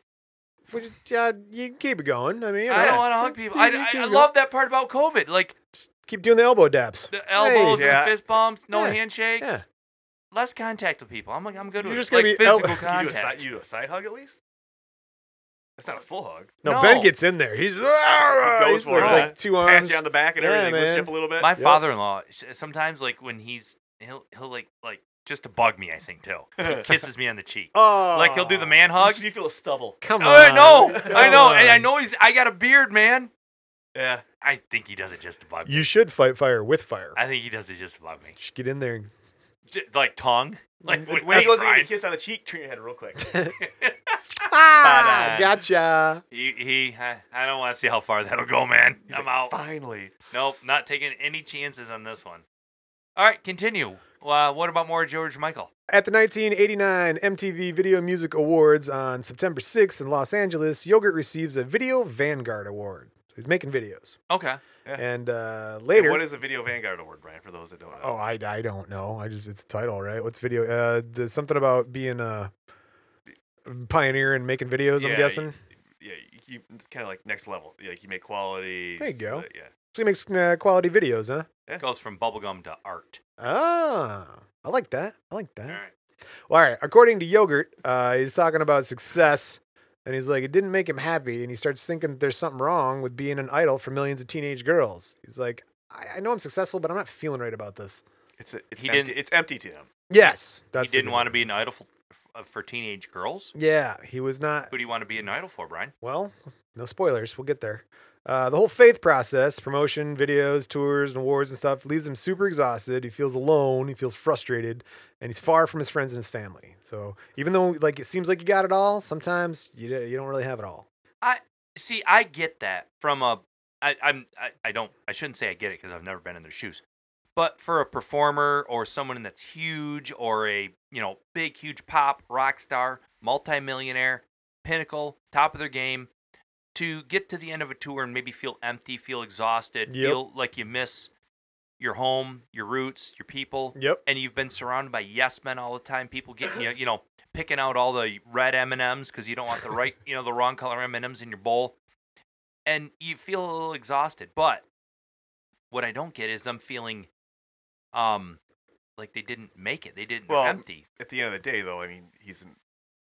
Would you, yeah, you can keep it going. I mean, you know,
I don't want to hug people. I,
You
I,
can
I
go-
love that part about COVID. Like
just keep doing the elbow daps.
the elbows
Yeah.
and the fist bumps, no
Yeah.
handshakes,
Yeah.
less contact with people. I'm like, I'm good
You're
with
just
it.
gonna
like
be el-
physical
Can you do, a
contact.
side, you do a side hug at least. That's not a full hug.
No,
No.
Ben gets in there. He's,
goes
he's
for it,
like
huh?
two
Pat
arms.
you on the back and
Yeah,
everything. Lift
man.
you up a little bit.
My
uh, Yep.
father-in-law s- sometimes like when he's he'll he'll like like just to bug me, I think too. He kisses me on the cheek.
Oh,
Like he'll do the man hug.
You feel a stubble.
Come on.
I know,
Come
I know, and I
on.
know he's. I got a beard, man.
Yeah.
I think he does it just to bug me.
You should fight fire with fire.
I think he does it just to bug me.
Just get in there. and-
J- like tongue. Like
When, when
that's
he Mm, goes to get a
fine.
kiss on the cheek, turn your head real quick.
Ah,
Ba-da.
gotcha.
He, he I, I don't want to see how far that'll go, man.
He's
I'm
like,
out.
Finally.
Nope, not taking any chances on this one. All right, continue. Uh, what about more George Michael?
At the 1989 MTV Video Music Awards on September 6th in Los Angeles, Yogurt receives a Video Vanguard Award. So he's making videos.
Okay.
And uh, later.
What is the Video Vanguard Award, Brian, for those that don't know?
Oh, I, I don't know. I just it's a title, right? What's video? Uh, there's something about being a pioneer and making videos.
Yeah,
I'm
y-
guessing.
Yeah, you, you, it's kind of like next level. Yeah, Like you make quality.
There you
so
go.
that- yeah.
So he makes uh, quality videos, huh?
Goes from bubblegum to art.
Ah, I like that. I like that.
All right.
Well, all right. According to Yogurt, uh, he's talking about success, and he's like, it didn't make him happy, and he starts thinking that there's something wrong with being an idol for millions of teenage girls. He's like, I, I know I'm successful, but I'm not feeling right about this.
It's a, it's
He
empty.
didn't-
It's empty to him.
Yes, that's
he didn't want to
want
be an idol for, uh, for teenage girls.
Yeah, he was not.
Who do you want to be an idol for, Brian?
Well, no spoilers. We'll get there. Uh, the whole faith process, promotion, videos, tours, and awards and stuff, leaves him super exhausted. He feels alone. He feels frustrated, and he's far from his friends and his family. So even though like it seems like you got it all, sometimes you you don't really have it all.
See, I get that from a. I, I'm. I, I don't. I shouldn't say I get it because I've never been in their shoes. But for a performer or someone that's huge or a you know big huge pop rock star, multimillionaire, pinnacle, top of their game, to get to the end of a tour and maybe feel empty, feel exhausted,
Yep.
feel like you miss your home, your roots, your people.
Yep.
and you've been surrounded by yes men all the time. People getting you, you know, picking out all the red M and M's because you don't want the right, you know, the wrong color M and M's in your bowl, and you feel a little exhausted. But what I don't get is them feeling, um, like they didn't make it. They didn't.
Well,
Well, empty.
At the end of the day, though, I mean, he's an,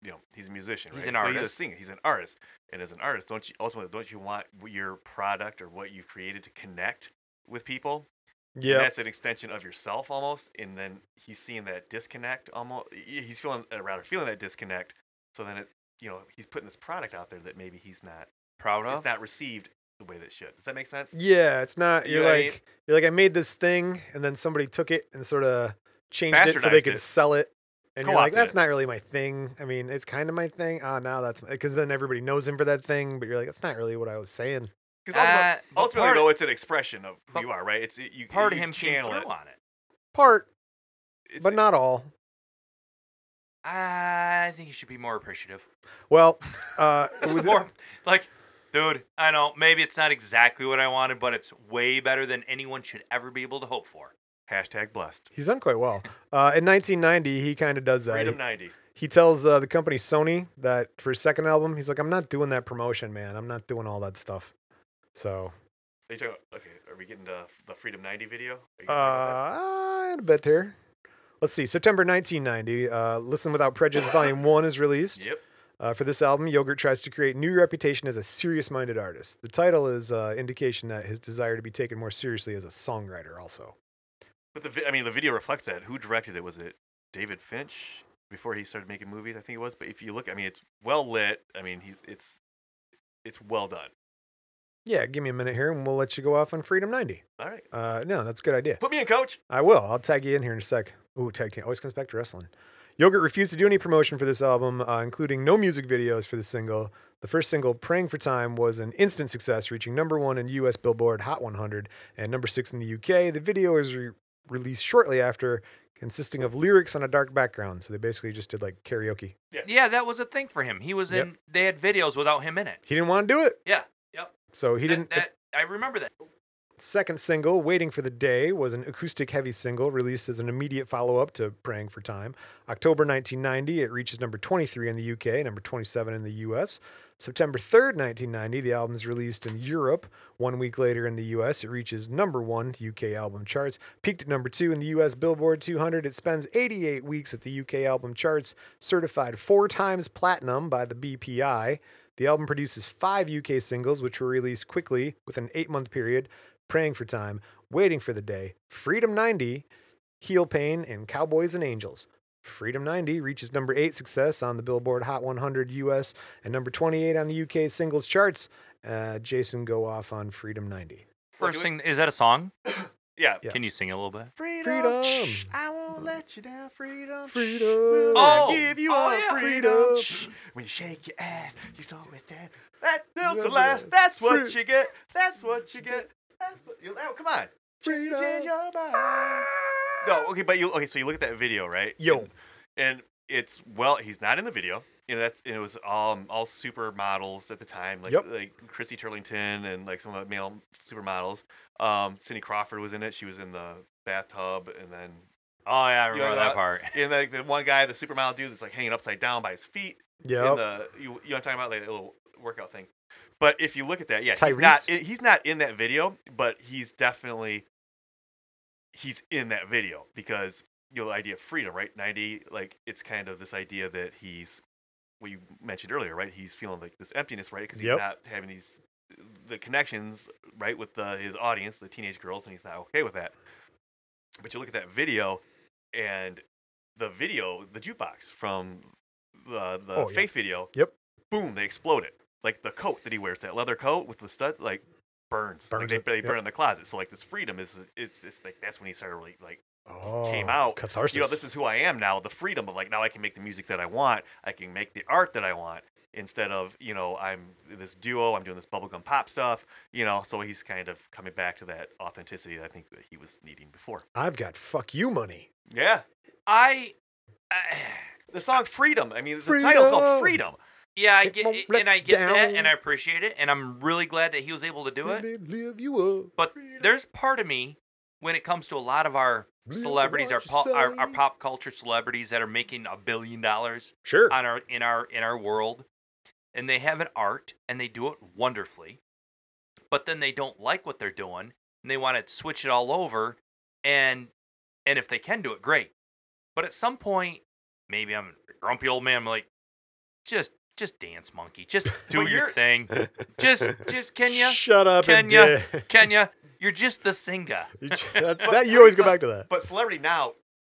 you know, he's a musician,
He's
right?
an
so He's
artist.
a singer. He's an artist, and as an artist, don't you ultimately don't you want your product or what you've created to connect with people? And
Yeah.
that's an extension of yourself almost and then he's seeing that disconnect almost he's feeling uh, rather feeling that disconnect so then it you know he's putting this product out there that maybe he's not
Proud of.
it's not received the way that it should does that make sense
Yeah. It's not.
You
You're
know what I
like you're like I made this thing, and then somebody took it and sort of changed it so they
Bastardized
could
it.
sell it. And you're like,
Co-opted
that's
it.
not really my thing. I mean, it's kind of my thing. Ah, now that's because then everybody knows him for that thing. But you're like, that's not really what I was saying.
because ultimately,
Uh, but
ultimately,
part-
though it's an expression of who
but
you are right it's it- you
Part of
you
him came
channel
through
it
on it.
Part,
It's-
but not all.
Ah, I think he should be more appreciative.
Well, uh,
Just
with-
more like, dude, I know maybe it's not exactly what I wanted, but it's way better than anyone should ever be able to hope for.
hashtag blessed
he's done quite well. Uh, in 1990, he kind of does that.
freedom
He-
90
he tells uh, the company Sony that for his second album, he's like, I'm not doing that promotion, man. I'm not doing all that stuff. So,
are you talking okay are we getting to the freedom 90 video Are you talking
uh,
about
in a bit here. Let's see. September 1990, uh, Listen Without Prejudice Volume 1 is
that?
released.
yep
Uh, for this album, Yogurt tries to create new reputation as a serious-minded artist. The title is uh, indication that his desire to be taken more seriously as a songwriter also.
but the vi- i mean the video reflects that who directed it was it david finch before he started making movies i think it was but if you look i mean it's well lit i mean he's it's it's well done
Yeah, give me a minute here and we'll let you go off on Freedom 90.
All right.
Uh, no, that's a good idea.
Put me in, coach.
I will. I'll tag you in here in a sec. Ooh, tag team. Always comes back to wrestling. Yogurt refused to do any promotion for this album, uh, including no music videos for the single. The first single, Praying for Time, was an instant success, reaching number one in US Billboard Hot 100 and number six in the UK. The video was re- released shortly after, consisting of lyrics on a dark background. So they basically just did like karaoke.
Yeah, that was a thing for him. He was
Yep.
in. They had videos without him in it.
He didn't want to do it.
Yeah. Yep.
So he
That-
didn't.
That, I remember that.
Second single, Waiting for the Day, was an acoustic heavy single released as an immediate follow up to Praying for Time. October 1990, it reaches number 23 in the UK, number 27 in the US. September 3rd, 1990, the album is released in Europe. One week later in the US, it reaches number one UK album charts. Peaked at number two in the US Billboard 200. It spends 88 weeks at the UK album charts, certified four times platinum by the BPI. The album produces five UK singles, which were released quickly within an eight month period Praying for Time, Waiting for the Day, Freedom 90, Heel Pain, and Cowboys and Angels. Freedom 90 reaches number eight success on the Billboard Hot 100 US and number 28 on the UK singles charts. uh, Jason Go Off on Freedom 90.
First
do it.
thing is that a song?
Yeah.
Yeah.
Can you sing a little bit?
Freedom.
Freedom.
shh, I won't let you down. Freedom. shh,
Freedom.
we'll
Oh,
give you
oh,
all
yeah.
freedom.
Freedom.
shh. When you shake your ass, you don't withstand. That's built to
Remember
last.
that.
That's what
Free-
you get. That's what you get. That's what you. Oh, come on. Change
Freedom.
your mind. No, okay, but you okay? So you look at that video, right?
Yo.
and it's well, he's not in the video. You know, that's and it was um all supermodels at the time, like
Yep.
like Chrissy Turlington and like some of the male supermodels. Um, Cindy Crawford was in it. She was in the bathtub, and then
Oh yeah, I
remember
remember
that?
that part.
and like the one guy, the supermodel dude, that's like hanging upside down by his feet. In
Yep.
the you, you know what I'm talking about like a little workout thing. But if you look at that, yeah, he's not in, he's not in that video, but he's definitely he's in that video because you know the idea of freedom, right? Ninety, like it's kind of this idea that he's what you mentioned earlier, right? He's feeling like this emptiness, right? Because he's
Yep.
not having these the connections, right, with the, his audience, the teenage girls, and he's not okay with that. But you look at that video, and the video, the jukebox from the the
Oh, yeah.
faith video.
Yep.
Boom! They explode it. Like the coat that he wears, that leather coat with the stud, like burns. like
Burns
they,
it,
they
yep.
burn in the closet. So like this freedom is it's just like that's when he started really like
Oh,
came out.
Catharsis.
you know this is who I am now. The freedom of like now I can make the music that I want. I can make the art that I want instead of you know I'm this duo. I'm doing this bubblegum pop stuff. You know, so he's kind of coming back to that authenticity that I think that he was needing before.
I've got fuck you money.
Yeah,
I uh,
the song "Freedom." I mean, the title's called
Freedom.
"Freedom."
yeah, I
It
get
won't
it,
let
and I
you
get that
down.
and I appreciate it and I'm really glad that he was able to do it.
They live you up.
But there's part of me when it comes to a lot of our
Really
celebrities, our,
what
pop,
you
our our
say.
pop culture celebrities that are making a billion dollars
Sure.
on our in our in our world, and they have an art and they do it wonderfully, but then they don't like what they're doing and they want to switch it all over, and and if they can do it, great. But at some point, maybe I'm a grumpy old man. I'm like, just just dance, monkey. Just do
Well,
your
you're-
thing. Just just can you?
Shut up and
Kenya.
dance.
Kenya, you're just the singer.
that, that- you always go back to that.
But celebrity now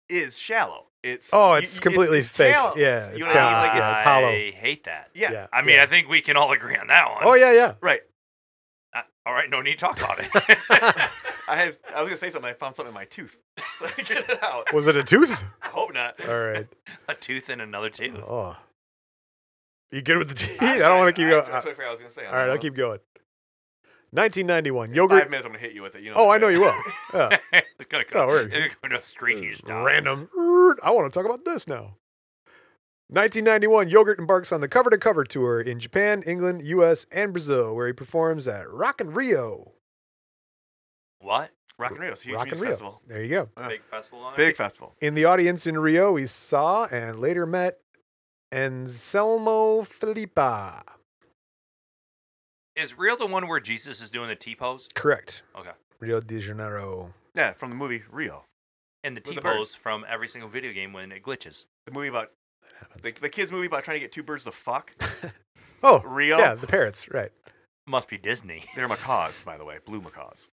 is shallow. It's
Oh, it's completely fake.
talent.
Yeah,
you
it's
know what I mean?
talent.
Like
Yeah,
it's,
it's hollow.
I hate that.
yeah,
Yeah.
I mean, I think we can all agree on that one.
Oh yeah, yeah.
right.
Uh, all right, no need to talk about it.
I have. I was gonna say something. I found something in my tooth. So I get it out.
Was it a tooth?
I hope not.
All right.
a tooth and another tooth.
Oh. You good with the teeth? I don't want to keep
I,
going.
I, totally forgot what I was gonna say.
All right, I'll keep going. 1991. Yogurt.
Five minutes. I'm gonna hit you with it. You know.
Oh,
that.
I know you will. Yeah.
it's gonna
That
go,
works.
it's gonna go screechy stop.
Random. I want to talk about this now. 1991, Yogurt embarks on the cover to cover tour in Japan, England, US, and Brazil, where he performs at Rock and Rio.
What?
Rock and Rio's huge
Rock
music
and Rio.
festival.
There you go.
Uh,
Big festival on
Big festival.
In the audience in Rio, we saw and later met Anselmo Filippa.
it? Is real the one where Jesus is doing the T pose?
Correct.
Okay.
Rio de Janeiro.
Yeah, from the movie Rio,
And the
With
T
the
pose from every single video game when it glitches.
the movie about the, the kids movie about trying to get two birds to fuck.
Oh,
Rio.
yeah, the parrots, right.
Must be Disney.
They're macaws, by the way. Blue macaws.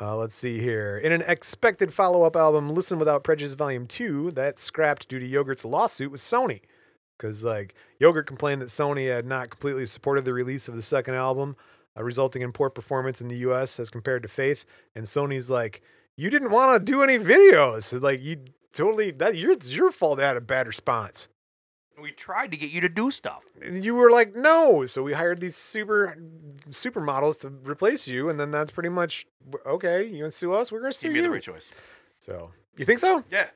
Uh, let's see here. In an expected follow up album, Listen Without Prejudice Volume 2, that scrapped due to Yogurt's lawsuit with Sony. Because, like, Yogurt complained that Sony had not completely supported the release of the second album, uh, resulting in poor performance in the US as compared to Faith. And Sony's like, You didn't want to do any videos. Like, you totally, that your, it's your fault they had a bad response.
We tried to get you to do stuff.
And you were like, No. So we hired these super supermodels to replace you. And then that's pretty much, okay, you want to sue us? We're going to
He
sue
made the
you.
right choice.
So you think so?
Yeah,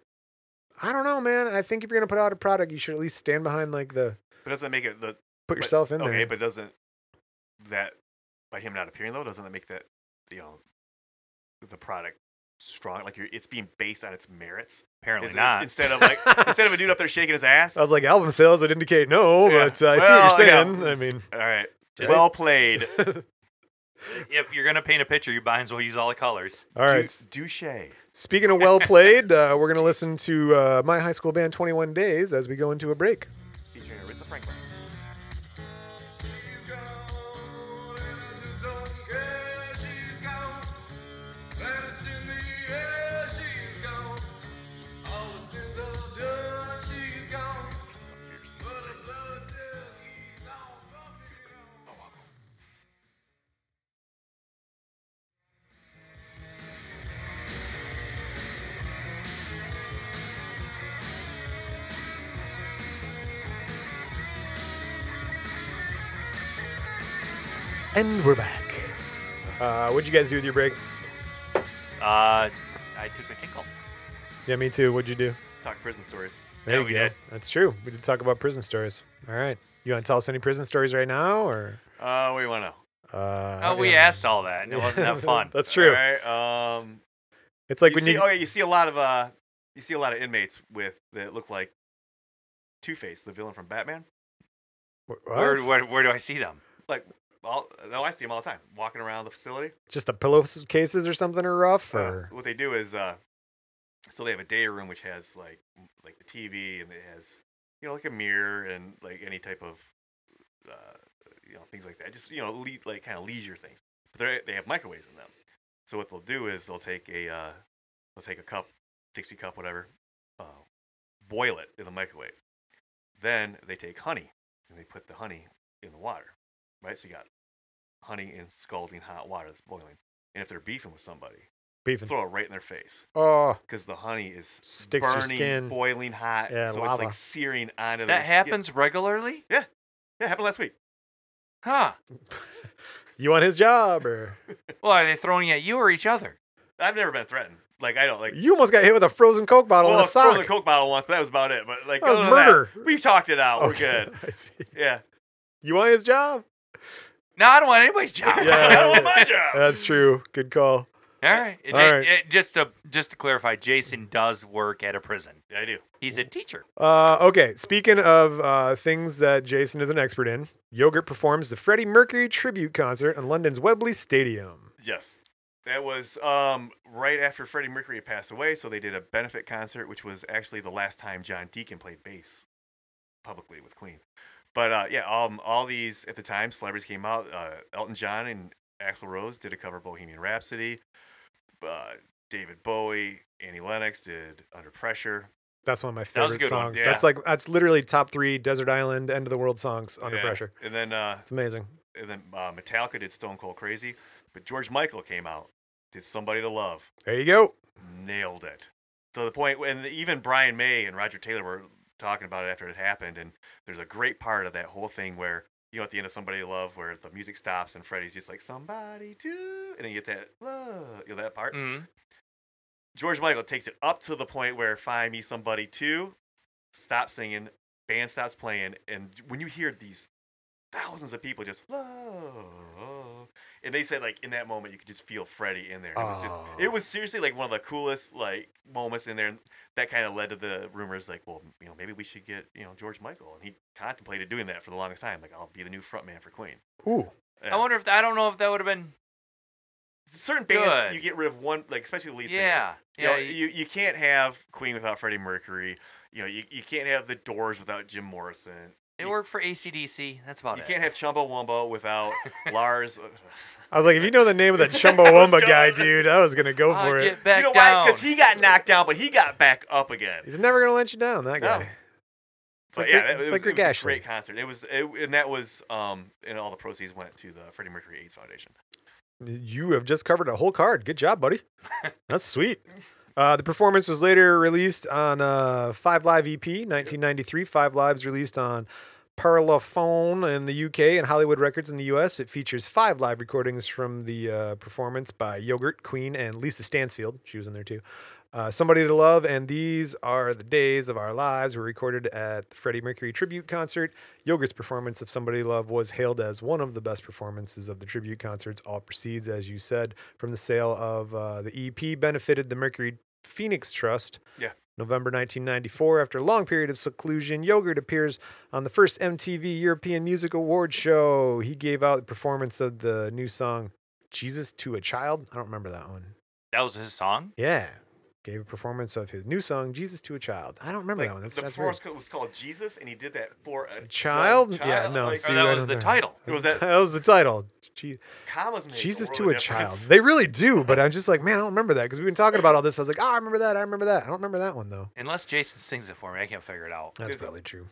I don't know, man. I think if you're gonna put out a product, you should at least stand behind like the
but doesn't that make it the
put
But-
yourself in
okay,
there.
but doesn't that by him not appearing though doesn't that make that you know the product strong? Like you're, it's being based on its merits
Apparently
Is it-
not.
instead of like instead of a dude up there shaking his ass.
I was like, album sales would indicate no,
Yeah.
but uh, I see what you're
Well,
saying.
yeah.
I mean,
All right,
Just-
well played.
if you're gonna paint a picture, you might as well use all the colors.
all
Du-
right. s-
douche.
Speaking of well played, uh, we're gonna listen to uh, my high school band 21 Days as we go into a break.
Featuring Aretha Franklin.
She's gone, and I just don't care. She's gone, vanished in the air. She's gone, all the sins are done. She's gone, but the blood still keeps on pumping.
And we're back. Uh, what'd you guys do with your break?
Uh, I took my tinkle.
Yeah, me too. What'd you do?
Talk prison stories.
Yeah,
you
we
go.
did.
That's true. We did talk about prison stories. All right. You want to tell us any prison stories right now, or?
Uh, what do you want to know?
Uh,
Oh, we
yeah.
asked all that, and it wasn't that fun.
That's true.
All right. Um,
It's like
you
when
see,
you.
oh yeah, you see a lot of uh, you see a lot of inmates with that look like Two Face, the villain from Batman.
What?
Where, where, where do I see them?
All, no, I see him all the time walking around the facility.
Just the pillowcases or something are rough,
Uh,
or
what they do is, uh, so they have a day room which has like m- like the TV and it has you know like a mirror and like any type of uh, you know things like that. Just you know le- like kind of leisure things. But they they have microwaves in them. So what they'll do is they'll take a uh, they'll take a cup, Dixie cup, whatever, uh, boil it in the microwave. Then they take honey and they put the honey in the water, right? So you got honey in scalding hot water that's boiling. And if they're beefing with somebody,
beefing.
throw it right in their face
Oh,
because the honey is
sticks
burning,
your skin.
boiling hot.
Yeah,
so it's
lava.
like searing onto their
That
skin.
happens regularly?
Yeah, happened last week.
Huh.
You want his job, or
Well, are they throwing at you or each other?
I've never been threatened. Like I don't like.
you almost got hit with a frozen Coke bottle
Well,
in
I
a
threw
sock.
the coke bottle once. That was about it. But like,
That was
other than
murder.
That, we've talked it out.
Okay,
We're good.
I see.
Yeah.
You want his job?
No, I don't want anybody's job.
Yeah.
I don't want my job.
That's true. Good call.
All right. It-
All right.
it- just to just to clarify, Jason does work at a prison.
Yeah, I do.
He's a teacher.
Uh, okay, speaking of uh, things that Jason is an expert in, Yogurt performs the Freddie Mercury tribute concert in London's Webley Stadium.
Yes. That was um, right after Freddie Mercury had passed away, so they did a benefit concert, which was actually the last time John Deacon played bass publicly with Queen. But uh, yeah, um, all these at the time celebrities came out. Uh, Elton John and Axl Rose did a cover of Bohemian Rhapsody. Uh, David Bowie, Annie Lennox did Under Pressure.
That's one of my
That was a
favorite
good one,
songs.
yeah.
That's like that's literally top three Desert Island End of the World songs under
Yeah.
pressure.
And then uh,
It's amazing.
and then uh, Metallica did Stone Cold Crazy, but George Michael came out, did Somebody to Love.
There you go.
nailed it to the point when even Brian May and Roger Taylor were talking about it after it happened. And there's a great part of that whole thing where you know at the end of Somebody to Love, where the music stops and Freddie's just like Somebody to, and then you get that love, you know that part.
Mm.
George Michael takes it up to the point where Find Me Somebody to, stops singing, band stops playing, and when you hear these thousands of people just love, and they said like in that moment you could just feel Freddie in there. It was, just,
Oh.
it was seriously like one of the coolest like moments in there, and that kind of led to the rumors like, well, you know, maybe we should get you know George Michael, and he contemplated doing that for the longest time. Like, I'll be the new frontman for Queen.
Ooh,
Yeah.
I wonder if I don't know if that would have been.
Uh, Certain bands
Good.
you get rid of one, like especially the lead singer.
Yeah.
You, know,
Yeah.
you you can't have Queen without Freddie Mercury. You know, you, you can't have The Doors without Jim Morrison.
It worked for ACDC. That's about
You
it.
can't have Chumbawamba without Lars. uh,
I was like, if you know the name of that Chumbawamba guy, dude, I was gonna go
I'll
for it.
Uh, get back
you know
down.
why? Because he got knocked down, but he got back up again.
He's never gonna let you down, that
No.
guy. It's
But
like,
yeah,
Rick-
that- it,
it's
was,
like
it
Rick
was a
Ashley.
great concert. It was, it, and that was, um, and all the proceeds went to the Freddie Mercury AIDS Foundation.
You have just covered a whole card. Good job, buddy. That's sweet. Uh, the performance was later released on uh, Five Live EP, 1993. Five Lives released on Parlophone in the UK and Hollywood Records in the US. It features five live recordings from the uh, performance by Yogurt, Queen, and Lisa Stansfield. She was in there too. Uh, Somebody to Love and These Are the Days of Our Lives were recorded at the Freddie Mercury tribute concert. Yogurt's performance of Somebody to Love was hailed as one of the best performances of the tribute concerts. All proceeds, as you said, from the sale of uh, the EP benefited the Mercury Phoenix Trust.
Yeah.
November 1994, after a long period of seclusion, Yogurt appears on the first MTV European Music Awards show. He gave out the performance of the new song Jesus to a Child. I don't remember that one.
that was his song.
Yeah. Gave a performance of his new song, Jesus to a Child. I don't remember
Like,
that one. That's,
the
that's weird.
performance co- was called Jesus, and he did that for a,
A child? Yeah,
child,
no.
like, oh,
see,
Or
I
that was
don't
the
know.
title.
That
Was
the
that-
ti- that was the title. Je-
commas make
Jesus
world
to a
of
child.
difference.
They really do, but I'm just like, man, I don't remember that because we've been talking about all this. I was like, oh, I remember that. I remember that. I don't remember that one, though.
Unless Jason sings it for me, I can't figure it out.
That's
Is it-
probably true.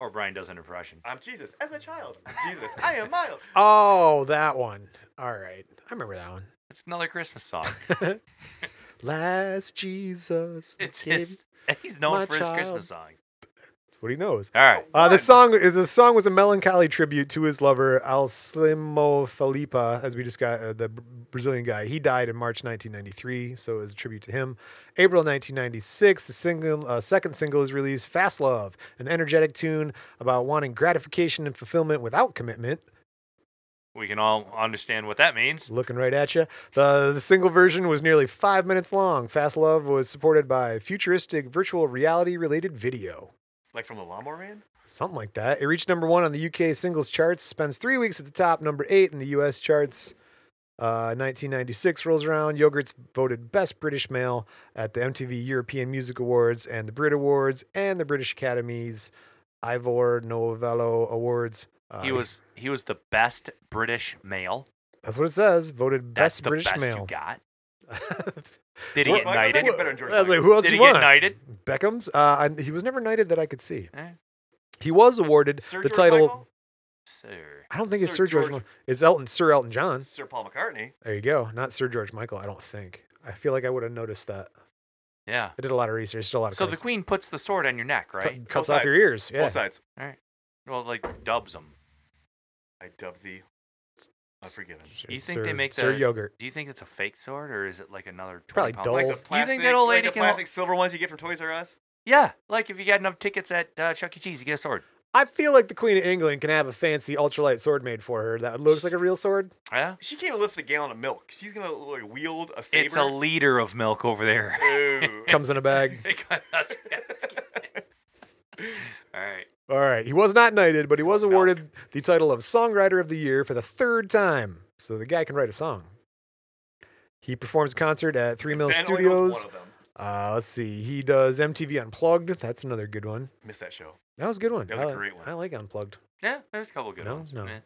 Or Brian does an impression.
I'm Jesus as a child. I'm Jesus. I am mild.
Oh, that one. All right. I remember that one.
It's another Christmas song.
Last Jesus.
It's
gave-
his. He's known
My
for his
child.
Christmas songs.
what he knows.
All right.
Uh, the
What?
song the song was a melancholy tribute to his lover Alcimo Felipa, as we just got uh, the Br- Brazilian guy. He died in March 1993, so it was a tribute to him. April 1996, the single uh, second single is released, "Fast Love," an energetic tune about wanting gratification and fulfillment without commitment.
We can all understand what that means.
Looking right at you. The, the single version was nearly five minutes long. "Fast Love" was supported by futuristic virtual reality related video.
Like from the Lawnmower Man?
Something like that. It reached number one on the UK singles charts, spends three weeks at the top, number eight in the US charts. Uh, 1996 rolls around. Yogurt's voted Best British Male at the MTV European Music Awards and the Brit Awards and the British Academy's Ivor Novello Awards. Uh,
He was he was the best British male.
That's what it says. Voted
That's
Best
the
British
best you
Male.
got. Did he
Well,
get
Michael,
knighted?
you better enjoy
I was like,
life.
who else
Did he
you
get
want?
knighted?
Beckham's. Uh, I, he was never knighted that I could see.
Eh.
He was awarded
Sir
the
George
title.
Michael?
Sir.
I don't think it's
Sir
Sir George.
George-
Mo- It's Elton. Sir Elton John.
Sir Paul McCartney.
There you go. Not Sir George Michael, I don't think. I feel like I would have noticed that.
Yeah.
I did a lot of research. Still a lot of
So the
cards.
queen puts the sword on your neck,
Cu-
right?
cuts
Both
off your
sides.
ears. Yeah.
Both sides.
All right. Well, like dubs them.
I dub thee unforgiven.
You think they make
Sir
the-
yogurt?
Do you think it's a fake sword or is it like another
Probably
20 pound-
dull.
Like
Oh.
the
You
plastic,
that old
like
lady
the
can-
plastic silver ones you get from Toys R Us?
Yeah, like if you got enough tickets at uh, Chuck E. Cheese, you get a sword.
I feel like the Queen of England can have a fancy ultralight sword made for her that looks like a real sword.
Yeah.
She can't even lift a gallon of milk. She's gonna like wield a saber.
It's a liter of milk over there.
Ooh.
Comes in a bag.
They got nuts. All right.
All right. He was not knighted, but he was
No.
awarded the title of Songwriter of the Year for the third time. So the guy can write a song. He performs a concert at Three Mill
Ben only
Studios.
knows One of them.
Uh, let's see. He does MTV Unplugged. That's another good one.
Missed that show.
That was a good one.
That was a
I-
great one.
I like Unplugged.
Yeah, there's a couple good
No,
ones.
no.
Eh.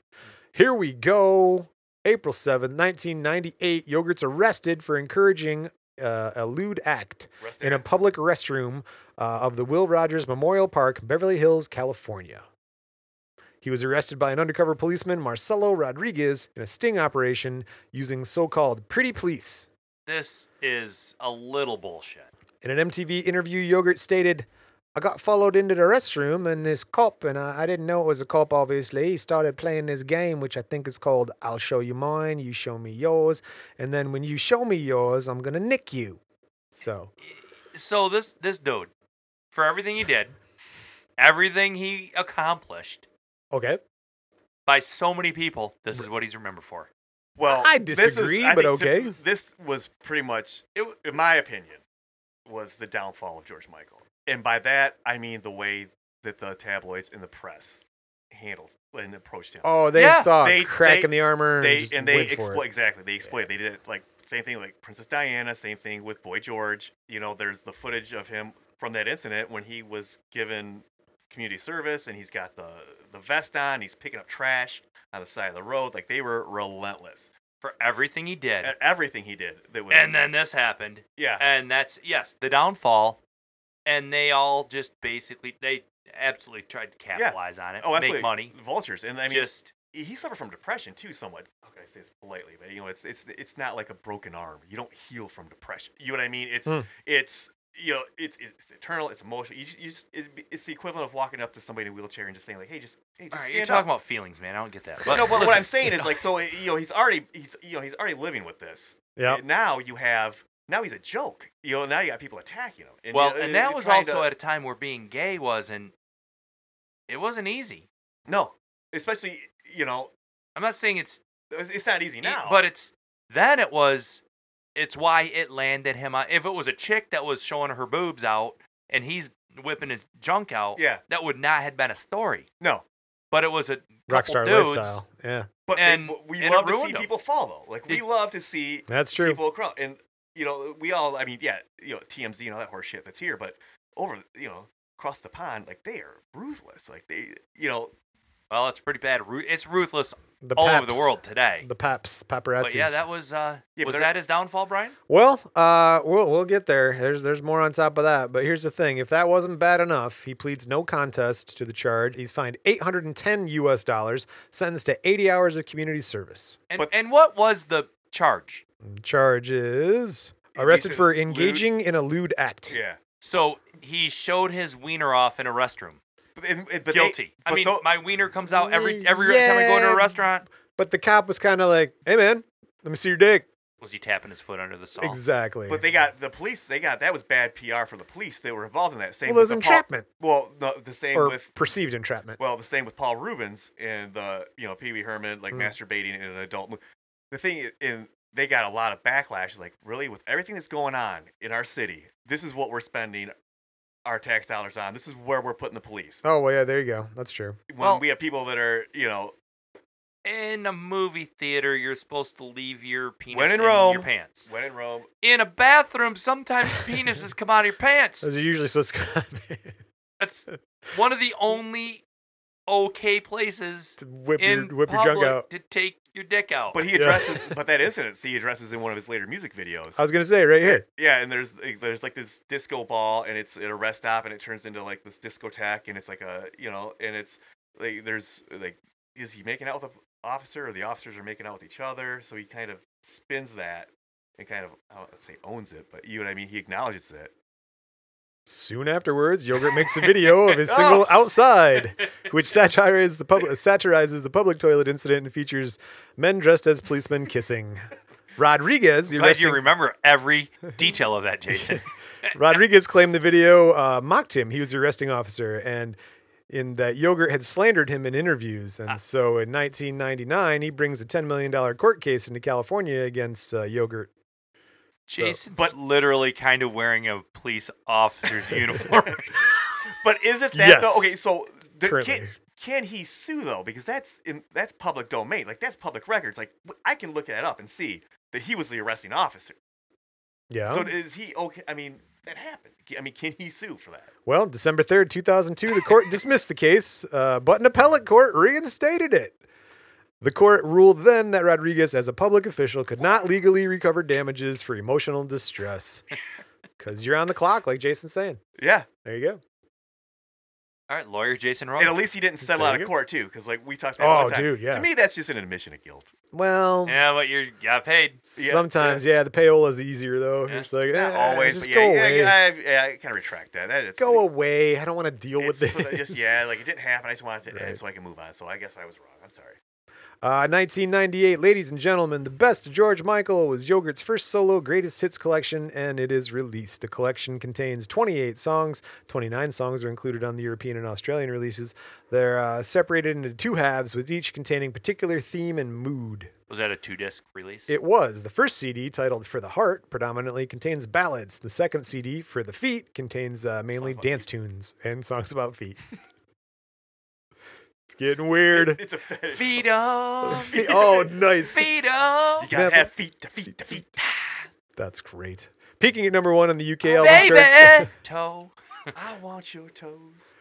Here we go. April 7th, 1998, Yogurt's arrested for encouraging uh, a lewd act
Rest
in a
area.
public restroom uh, of the Will Rogers Memorial Park, Beverly Hills, California. He was arrested by an undercover policeman, Marcelo Rodriguez, in a sting operation using so called pretty police.
This is a little bullshit.
In an MTV interview, Yogurt stated, I got followed into the restroom and this cop, and I, I didn't know it was a cop, obviously. He started playing this game, which I think is called I'll Show You Mine, You Show Me Yours, and then when you show me yours, I'm going to nick you. So,
So this this dude, for everything he did, everything he accomplished
okay.
by so many people, this is what he's remembered for.
Well,
I
this is-
disagree,
I
but
think to-
okay.
this was pretty much, it, w- in my opinion, was the downfall of George Michael, and by that I mean the way that the tabloids and the press handled and approached him.
Oh, they
Yeah,
saw
they-
a crack
they-
in the armor.
they
just
and they
went for
exploit
it.
exactly they exploit. They did it like same thing like Princess Diana, same thing with Boy George. You know, there's the footage of him from that incident when he was given community service and he's got the the vest on. He's picking up trash on the side of the road. Like they were relentless
For everything he did.
at E-, everything he did. That was
and then this happened.
yeah.
and that's yes the downfall and they all just basically they absolutely tried to capitalize on it
oh, absolutely.
make money
Vultures, and I mean,
just
he suffered from depression too, somewhat. Okay, I say this politely, but you know, it's it's it's not like a broken arm. You don't heal from depression. You know what I mean? It's
Hmm.
it's you know, it's it's eternal. It's emotional. You, just- you just, it, it's the equivalent of walking up to somebody in a wheelchair and just saying like, hey, just hey, just
all right
stand
you're
up.
talking about feelings man i don't get that but,
no, but
listen,
what I'm saying is like, so eh, you know, he's already he's you know he's already living with this.
Yeah.
And Now you have now he's a joke. You know, now you got people attacking him. And,
well
you know, eh,
and that
you're
was
trying
also
to-
at a time where being gay wasn't it wasn't easy
no, especially you know,
i'm not saying it's
it's it's not easy
e-
now.
but it's then it was it's why it landed him on if it was a chick that was showing her boobs out and he's whipping his junk out
Yeah.
that would not have been a story
no,
but it was a couple
Rockstar
dudes
lifestyle. Yeah.
But they-
And-
but we
and it
love to see
ruined 'em.
people fall though. Like we
Did-
love to see
That's true.
people across. And you know, we all. I mean, yeah, you know, TMZ and all that horse shit that's here. But over, you know, across the pond, like they are ruthless. Like they, you know,
Well, it's pretty bad. Ru- It's ruthless
the
all over the
paps-
world today.
The paps, the paparazzi.
But yeah, that was uh,
Yeah, but
was
they're-
that his downfall, Brian?
Well, uh, we'll we'll get there. There's there's more on top of that. But here's the thing: if that wasn't bad enough, he pleads no contest to the charge. He's fined 810 U.S. dollars, sentenced to 80 hours of community service.
And
But-
and what was the charge?
The charge is arrested for engaging in a lewd act.
yeah.
So he showed his wiener off in a restroom.
But, and- and- but they-
Guilty. I
but
mean,
tho-
my wiener comes out every every time I go to
Yeah.
a restaurant.
But the cop was kind of like, "Hey, man, let me see your dick."
Was he tapping his foot under the stall?
Exactly.
but they got the police. They got that was bad PR for the police. They were involved in that same.
well, it was
with the
entrapment
Paul, well, no, the same
or
with
perceived entrapment.
well, the same with Paul Rubens and the you know Pee Wee Herman like
Mm.
masturbating in an adult. mo- The thing i- in they got a lot of backlash. It's Like really, with everything that's going on in our city, this is what we're spending our tax dollars on. This is where we're putting the police.
oh well, yeah, there you go. That's true.
When
Well-
we have people that are you know
In a movie theater, you're supposed to leave your penis
When
in,
in Rome.
your pants.
when in Rome,
In a bathroom, sometimes penises come out of your pants.
Those are usually supposed to
That's one of the only okay places
to whip
in
your whip your
public
junk out.
to take your dick out.
but he
Yeah.
addresses but that incident he addresses in one of his later music videos.
I was gonna say right here.
Yeah, and there's like, there's like this disco ball, and it's at a rest stop, and it turns into like this discotheque, and it's like a you know, and it's like there's like is he making out with the officer, or the officers are making out with each other? So he kind of spins that and kind of I don't say owns it, but you know what I mean. He acknowledges it.
Soon afterwards, Yogurt makes a video of his single "Outside," which satirizes the public satirizes the public toilet incident and features men dressed as policemen kissing. Rodriguez, the
Glad
arresting
you remember every detail of that, Jason.
Rodriguez claimed the video uh, mocked him. He was the arresting officer, and in that Yogurt had slandered him in interviews. And so in 1999, he brings a $10 million court case into California against uh, Yogurt.
Jason's but literally kind of wearing a police officer's uniform.
But is it that
Yes.
though? Okay, so the, can,
Currently.
can he sue though? Because that's in that's public domain, like that's public records. Like w- I can look that up and see that he was the arresting officer.
Yeah.
So is he okay? I mean, that happened. I mean, can he sue for that?
well, December 3rd, 2002, the court dismissed the case, uh, but an appellate court reinstated it. The court ruled then that Rodriguez, as a public official, could not legally recover damages for emotional distress. Because you're on the clock, like Jason's saying.
Yeah.
There you go.
All right, lawyer Jason Rome.
And at least he didn't settle
There
out
you
of
go.
court too, because like we talked. That all
Oh,
the time.
dude, yeah.
To me, that's just an admission of guilt.
Well,
yeah, but you're, you got paid.
Yeah,
Sometimes, yeah, the payola is easier though.
Yeah.
It's like
Not
eh,
always,
just
but
go
yeah, yeah,
away.
yeah, I, yeah, I kind of retract that. That is
go away. I don't want to deal with
it's
this.
so that Just yeah, like it didn't happen. I just wanted it to
Right.
end so I can move on. So I guess I was wrong. I'm sorry.
Uh, 1998, ladies and gentlemen, the best of George Michael was Yogurt's first solo greatest hits collection, and it is released. The collection contains 28 songs. 29 songs are included on the European and Australian releases. They're uh, separated into two halves, with each containing particular theme and mood.
Was that a two disc release?
It was. The first CD, titled For the Heart, predominantly contains ballads. The second CD, For the Feet, contains uh, mainly dance tunes and songs about feet. it's getting weird.
It's a fetish. You
Freedom.
Fe- oh, nice.
Freedom.
gotta
Never-
have feet to feet to feet.
That's great. Peaking at number one on the UK album chart,
Oh, Baby. Toe.
I want your toes.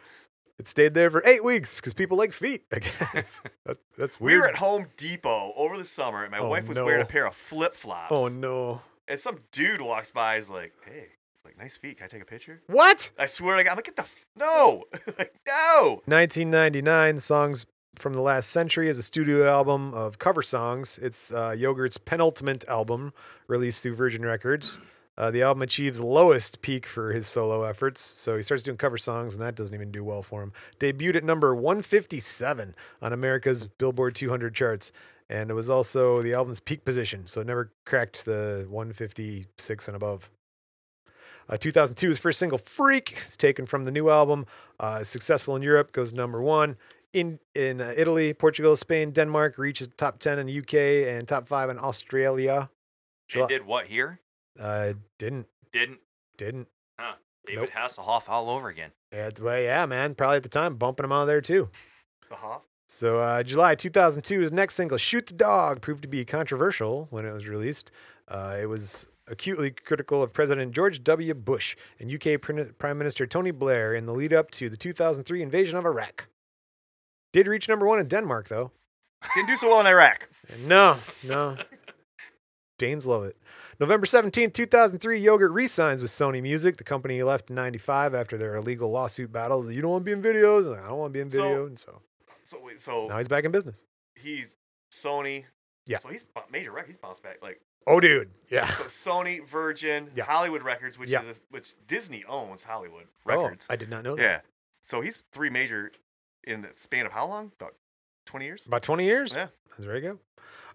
it stayed there for eight weeks because people like feet, I guess. That, that's
We
weird.
were at Home Depot over the summer, and my
Oh,
wife was
no.
wearing a pair of flip flops.
oh, no.
And some dude walks by. He's like, "Hey, like nice feet. Can I take a picture?"
What?
I swear, like I'm like, "Get the f- no, like no."
1999 songs from the last century is a studio album of cover songs it's uh, yogurt's penultimate album released through virgin records uh, the album achieved the lowest peak for his solo efforts so he starts doing cover songs and that doesn't even do well for him debuted at number 157 on america's billboard 200 charts and it was also the album's peak position so it never cracked the 156 and above uh, 2002, his first single, Freak, is taken from the new album. Uh, is successful in Europe, goes number one. In, in uh, Italy, Portugal, Spain, Denmark, reaches top 10 in the UK and top five in Australia. July-
It did what here?
Uh, didn't,
Didn't.
didn't.
David Hasselhoff all over again.
Yeah, well, yeah, man, probably at the time, bumping him out of there too.
Uh-huh.
So, uh, July 2002, his next single, Shoot the Dog, proved to be controversial when it was released. Uh, it was acutely critical of President George W. Bush and UK Prin- Prime Minister Tony Blair in the lead up to the 2003 invasion of Iraq. Did reach number one in Denmark, though.
Didn't do so well in Iraq.
No, no. Danes love it. November 17th, 2003, Yogurt re signs with Sony Music, the company he left in 95 after their illegal lawsuit battle. You don't want to be in videos, and I don't want to be in
So- Oh.
video. and so
So wait, so
now he's back in business.
he's Sony.
Yeah.
So he's bu- major record. He's bounced back. Like
Oh, dude. Yeah.
so Sony, Virgin,
Yeah.
Hollywood Records, which
Yeah.
is a, which Disney owns Hollywood
Oh,
Records.
I did not know that.
yeah. So he's three major in the span of how long? About 20 years?
About 20 years?
Yeah.
There you go.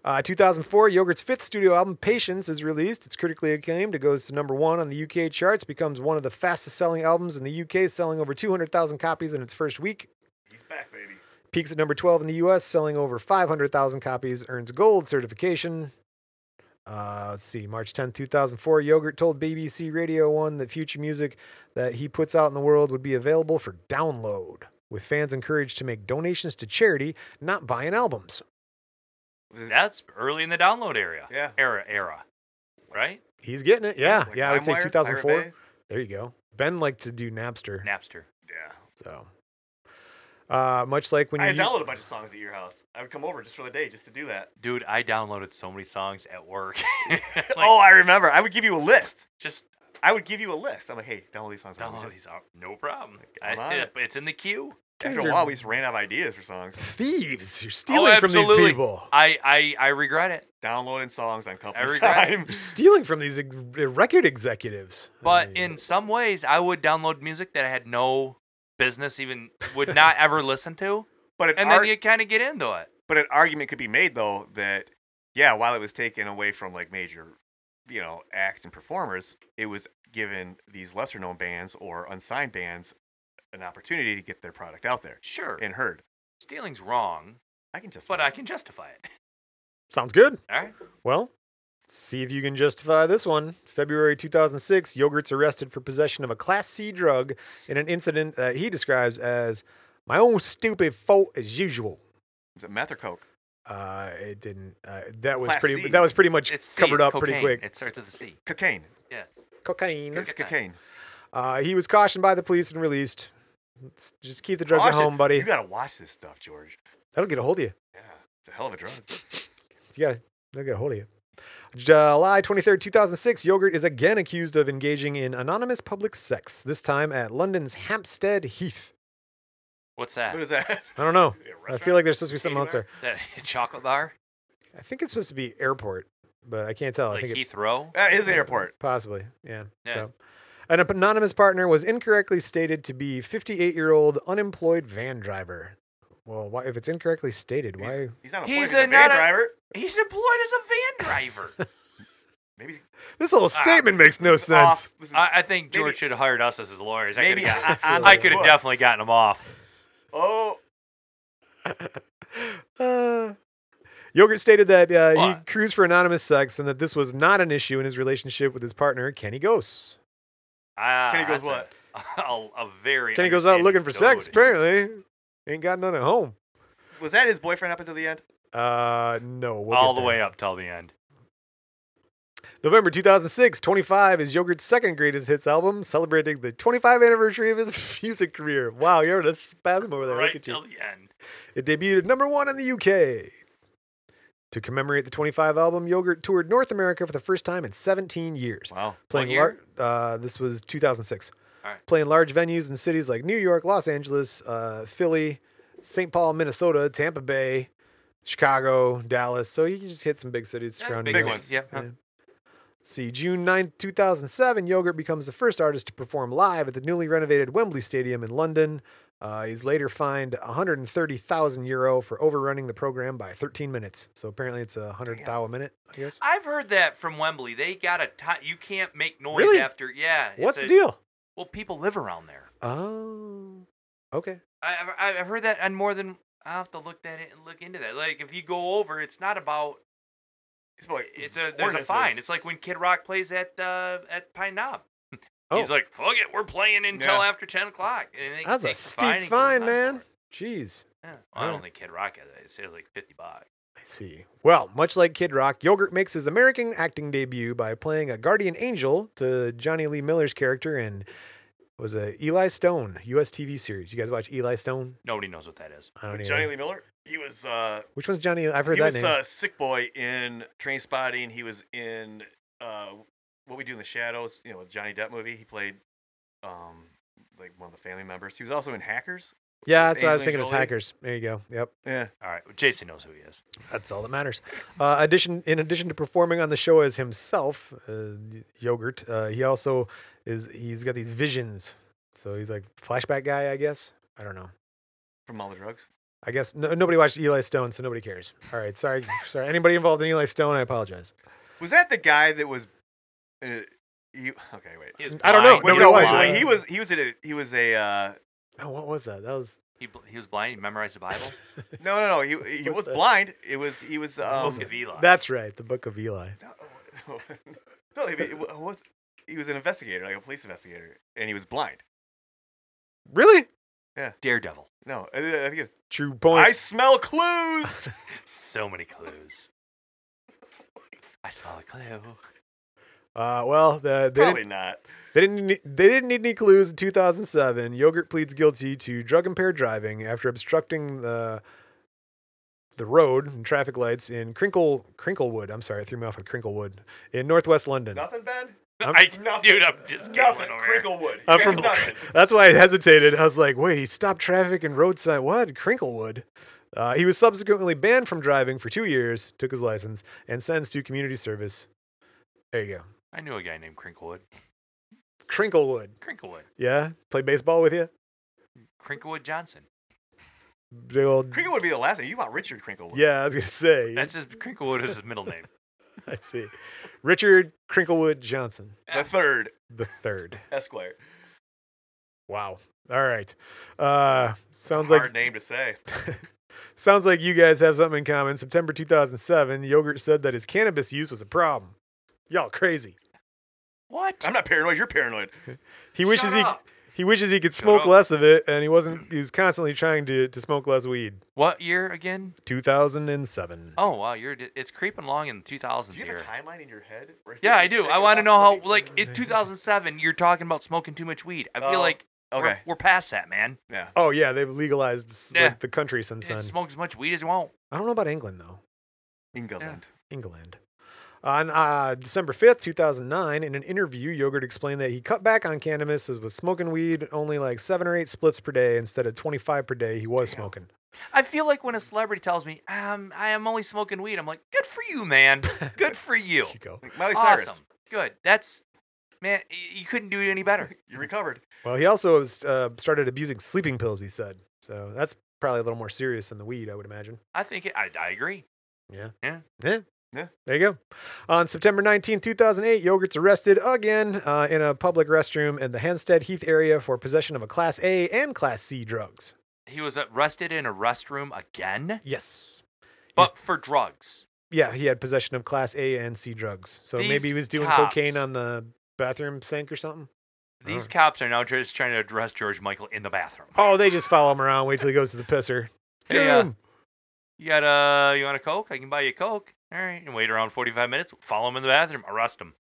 Uh, 2004, Yogurt's fifth studio album, Patience, is released. It's critically acclaimed. It goes to number one on the UK charts, becomes one of the fastest selling albums in the UK, selling over 200,000 copies in its first week.
He's back, baby.
Peaks at number 12 in the US, selling over 500,000 copies, earns gold certification. Uh, let's see, March 10, 2004, Yogurt told BBC Radio 1 that future music that he puts out in the world would be available for download, with fans encouraged to make donations to charity, not buying albums.
That's early in the download area.
Yeah.
Era, era. Right?
He's getting it. Yeah.
Like
yeah, I would say
LimeWire,
2004.
Pirate Bay.
There you go. Ben liked to do Napster.
Napster.
Yeah.
so, uh, much like when
I
you.
had downloaded a bunch of songs at your house. I would come over just for the day just to do that.
Dude, I downloaded so many songs at work. Like,
oh, I remember. I would give you a list.
just
I would give you a list. I'm like, hey, download these songs.
download these out. No problem.
I'm
I-
on it.
it's in the queue.
Guys
After
are
a while, we just ran out of ideas for songs.
thieves. You're stealing
oh,
from these
absolutely.
people.
I, I, I regret it.
Downloading songs on company
regret it.
time.
You're stealing from these ex- uh, record executives. I
But
mean,
in some ways, I would download music that I had no business even, would not ever listen to.
But an,
And
ar-
then you kind of get into it.
but an argument could be made though that yeah, while it was taken away from like major, you know, acts and performers, it was given these lesser known bands or unsigned bands an opportunity to get their product out there
Sure.
and heard.
Stealing's wrong,
I can just
but I can justify it.
sounds good.
All right.
Well, see if you can justify this one. February 2006, Yogurt's arrested for possession of a Class C drug in an incident that he describes as my own stupid fault as usual.
Is it meth or coke?
Uh, it didn't. Uh, that was
Class
pretty.
C.
That was pretty much
It's C,
covered
it's
up pretty
cocaine.
quick.
It starts with a C.
Cocaine.
Yeah.
cocaine.
It's cocaine.
Uh, he was cautioned by the police and released. Let's just keep the drugs at
Watch it.
home, buddy.
You gotta watch this stuff, George.
That'll get a hold of you.
Yeah, it's a hell of a drug.
You gotta, they'll get a hold of you. uh, July 23rd, 2006, Yogurt is again accused of engaging in anonymous public sex, this time at London's Hampstead Heath.
What's
What
that?
is that?
I don't know.
Yeah,
I feel like there's supposed to be something else there.
That chocolate bar?
I think it's supposed to be airport, but I can't tell. I
like
think it
Heathrow?
That is an airport.
Possibly, yeah.
Yeah.
So, an anonymous partner was incorrectly stated to be 58-year-old unemployed van driver. Well, why, if it's incorrectly stated,
He's-
why?
He's not a,
He's
he's
a-
a
not
van
a-
driver.
He's employed as a van driver.
Maybe he's
This whole statement makes no
Ah, this is off.
sense.
This is-
I, I think George
Maybe-
should have hired us as his lawyers. I
maybe
could have
I, on
I
the
coulda
books.
definitely gotten him off.
Oh,
Uh, Yogurt stated that uh, he
What?
cruised for anonymous sex and that this was not an issue in his relationship with his partner, Kenny Ghost.
Ah,
Kenny goes
that's A, a, a very.
Kenny goes out looking for sex,
understanding
apparently. Ain't got none at home.
was that his boyfriend up until the end?
Uh, no.
dude.
we'll
All
get
the
there.
way up till the end.
November 2006, 25 is Yogurt's second greatest hits album, celebrating the 25th anniversary of his music career. Wow, you're in a spasm over there. Look
Right
at you.
till the end.
It debuted at number one in the UK. To commemorate the 25 album, Yogurt toured North America for the first time in 17 years.
Wow.
Playing
What year?
lar- uh, this was 2006.
Alright.
Playing large venues in cities like New York, Los Angeles, uh, Philly, St. Paul, Minnesota, Tampa Bay, Chicago, Dallas. So you can just hit some big cities surrounding
big
us.
ones.
Yeah. huh.
Yeah. See, June 9th, 2007, Yogurt becomes the first artist to perform live at the newly renovated Wembley Stadium in London. Uh, he's later fined 130,000 euro for overrunning the program by 13 minutes. So apparently it's a 100 thou a minute, I guess.
I've heard that from Wembley. They got a time. You can't make noise
Really?
after. Yeah. it's
What's
a-
the deal?
Well, people live around there.
Oh, okay.
I, I've, I've heard that on more than. I will have to look that in- look into that. Like if you go over, it's not about.
It's, like,
It's a there's a fine. It's like when Kid Rock plays at uh, at Pine Knob. He's
Oh.
like, fuck it, we're playing until
Yeah.
after ten o'clock. And they
That's a
take the
steep
and goes
fine,
on for
man.
it.
Jeez.
Yeah. Well, I
Huh.
don't think Kid Rock has it. It's it's like fifty bucks.
I see. Well, much like Kid Rock, Yogurt makes his American acting debut by playing a guardian angel to Johnny Lee Miller's character in was a Eli Stone U.S. TV series. You guys watch Eli Stone?
Nobody knows what that is.
I don't
Johnny
even.
Lee Miller. He was uh,
Which one's Johnny? I've heard
he
that
was
name.
uh, sick boy in Train Spotting. He was in uh, What We Do in the Shadows. You know, the Johnny Depp movie. He played um, like one of the family members. He was also in Hackers.
yeah, that's what I was thinking.
Angelina
It's
Jolie.
hackers. There you go. Yep.
Yeah.
All right, well, Jason knows who he is.
That's all that matters. Uh, addition, in addition to performing on the show as himself, uh, Yogurt, uh, he also is. He's got these visions. So he's like flashback guy, I guess. I don't know.
from all the drugs.
I guess no, nobody watched Eli Stone, so nobody cares. All right, sorry, sorry. Anybody involved in Eli Stone, I apologize.
Was that the guy that was? Uh, he, okay, wait.
He is
I don't know.
blind.
Wait,
Nobody
no,
was,
wait,
uh,
he was he was at a, he was a uh,
Oh, what was that? That was
He, bl- he was blind. He memorized the Bible.
no no no he he
What's
was
that?
blind. It was he was
Oh,
um,
Book of Eli.
that's right, the Book of Eli.
no, no he, he was he was an investigator like a police investigator and he was blind.
Really?
Daredevil.
No, I, I think it's,
True
I
point.
smell clues.
So many clues. I smell a clue.
Uh, well, the, they,
Probably
didn't,
not.
they didn't ne- they didn't need any clues. In 2007, Yogurt pleads guilty to drug impaired driving after obstructing the the road and traffic lights in Crinkle Crinklewood. I'm sorry, I threw me off with Crinklewood in Northwest London.
Nothing, Ben.
I'm-
I, dude, I'm just
Nothing.
giggling over here.
Crinklewood.
I'm
Yeah,
Uh, from-
nothing.
That's why I hesitated. I was like, wait, he stopped traffic and road sign. What? Crinklewood. Uh, he was subsequently banned from driving for two years, took his license, and sentenced to community service. There you go.
I knew a guy named Crinklewood.
Crinklewood.
Crinklewood.
Yeah. Play baseball with you?
Crinklewood Johnson.
Big old.
Crinklewood would be the last name. You want Richard Crinklewood?
Yeah, I was going to say.
That's his Crinklewood is his middle name.
I see. Richard Crinklewood Johnson,
The third
the third.
Esquire.
Wow. All right. Uh, sounds
Hard
like
name to say.
Sounds like you guys have something in common. September 2007, Yogurt said that his cannabis use was a problem. Y'all crazy.
What?
I'm not paranoid. You're paranoid.
He wishes
Shut
he
up.
he wishes he could smoke
up.
less of it, and he wasn't. He was constantly trying to to smoke less weed.
What year again?
2007.
Oh wow, you're it's creeping along in the 2000s
Do you have
here.
a timeline in your head? Or
Yeah, I
you
do.
check
I
it
want to
off?
know how
Okay.
like in 2007 you're talking about smoking too much weed. I feel
Oh,
like we're-
Okay.
we're, past that, man.
Yeah.
Oh yeah, they've legalized s-
Yeah.
like, the country since then.
Smoke as much weed as you want.
I don't know about England though.
England.
England. On uh, December 5th, 2009, in an interview, Yogurt explained that he cut back on cannabis as was smoking weed only like seven or eight spliffs per day instead of 25 per day he was
Damn.
smoking.
I feel like when a celebrity tells me, um, I am only smoking weed, I'm like, good for you, man. Good for you.
There you go.
Like Miley Cyrus.
awesome. Good. That's, man, y- you couldn't do it any better.
You recovered.
Well, he also was, uh, started abusing sleeping pills, he said. So that's probably a little more serious than the weed, I would imagine.
I think it, I, I agree.
Yeah.
Yeah.
Yeah.
Yeah.
There you go. On September 19, 2008, Yogurt's arrested again uh, in a public restroom in the Hampstead Heath area for possession of a Class A and Class C drugs.
He was arrested in a restroom again,
Yes.
but for drugs.
Yeah, he had possession of class A and C drugs. So maybe he
These
was doing
cops.
cocaine on the bathroom sink or something.
These
Oh.
cops are now just trying to arrest George Michael in the bathroom.
Oh, they just follow him around, wait till he goes to the pisser.
Hey,
Get
uh,
him!
You got a, you want a Coke? I can buy you a Coke. All right. And wait around 45 minutes, follow him in the bathroom, arrest him.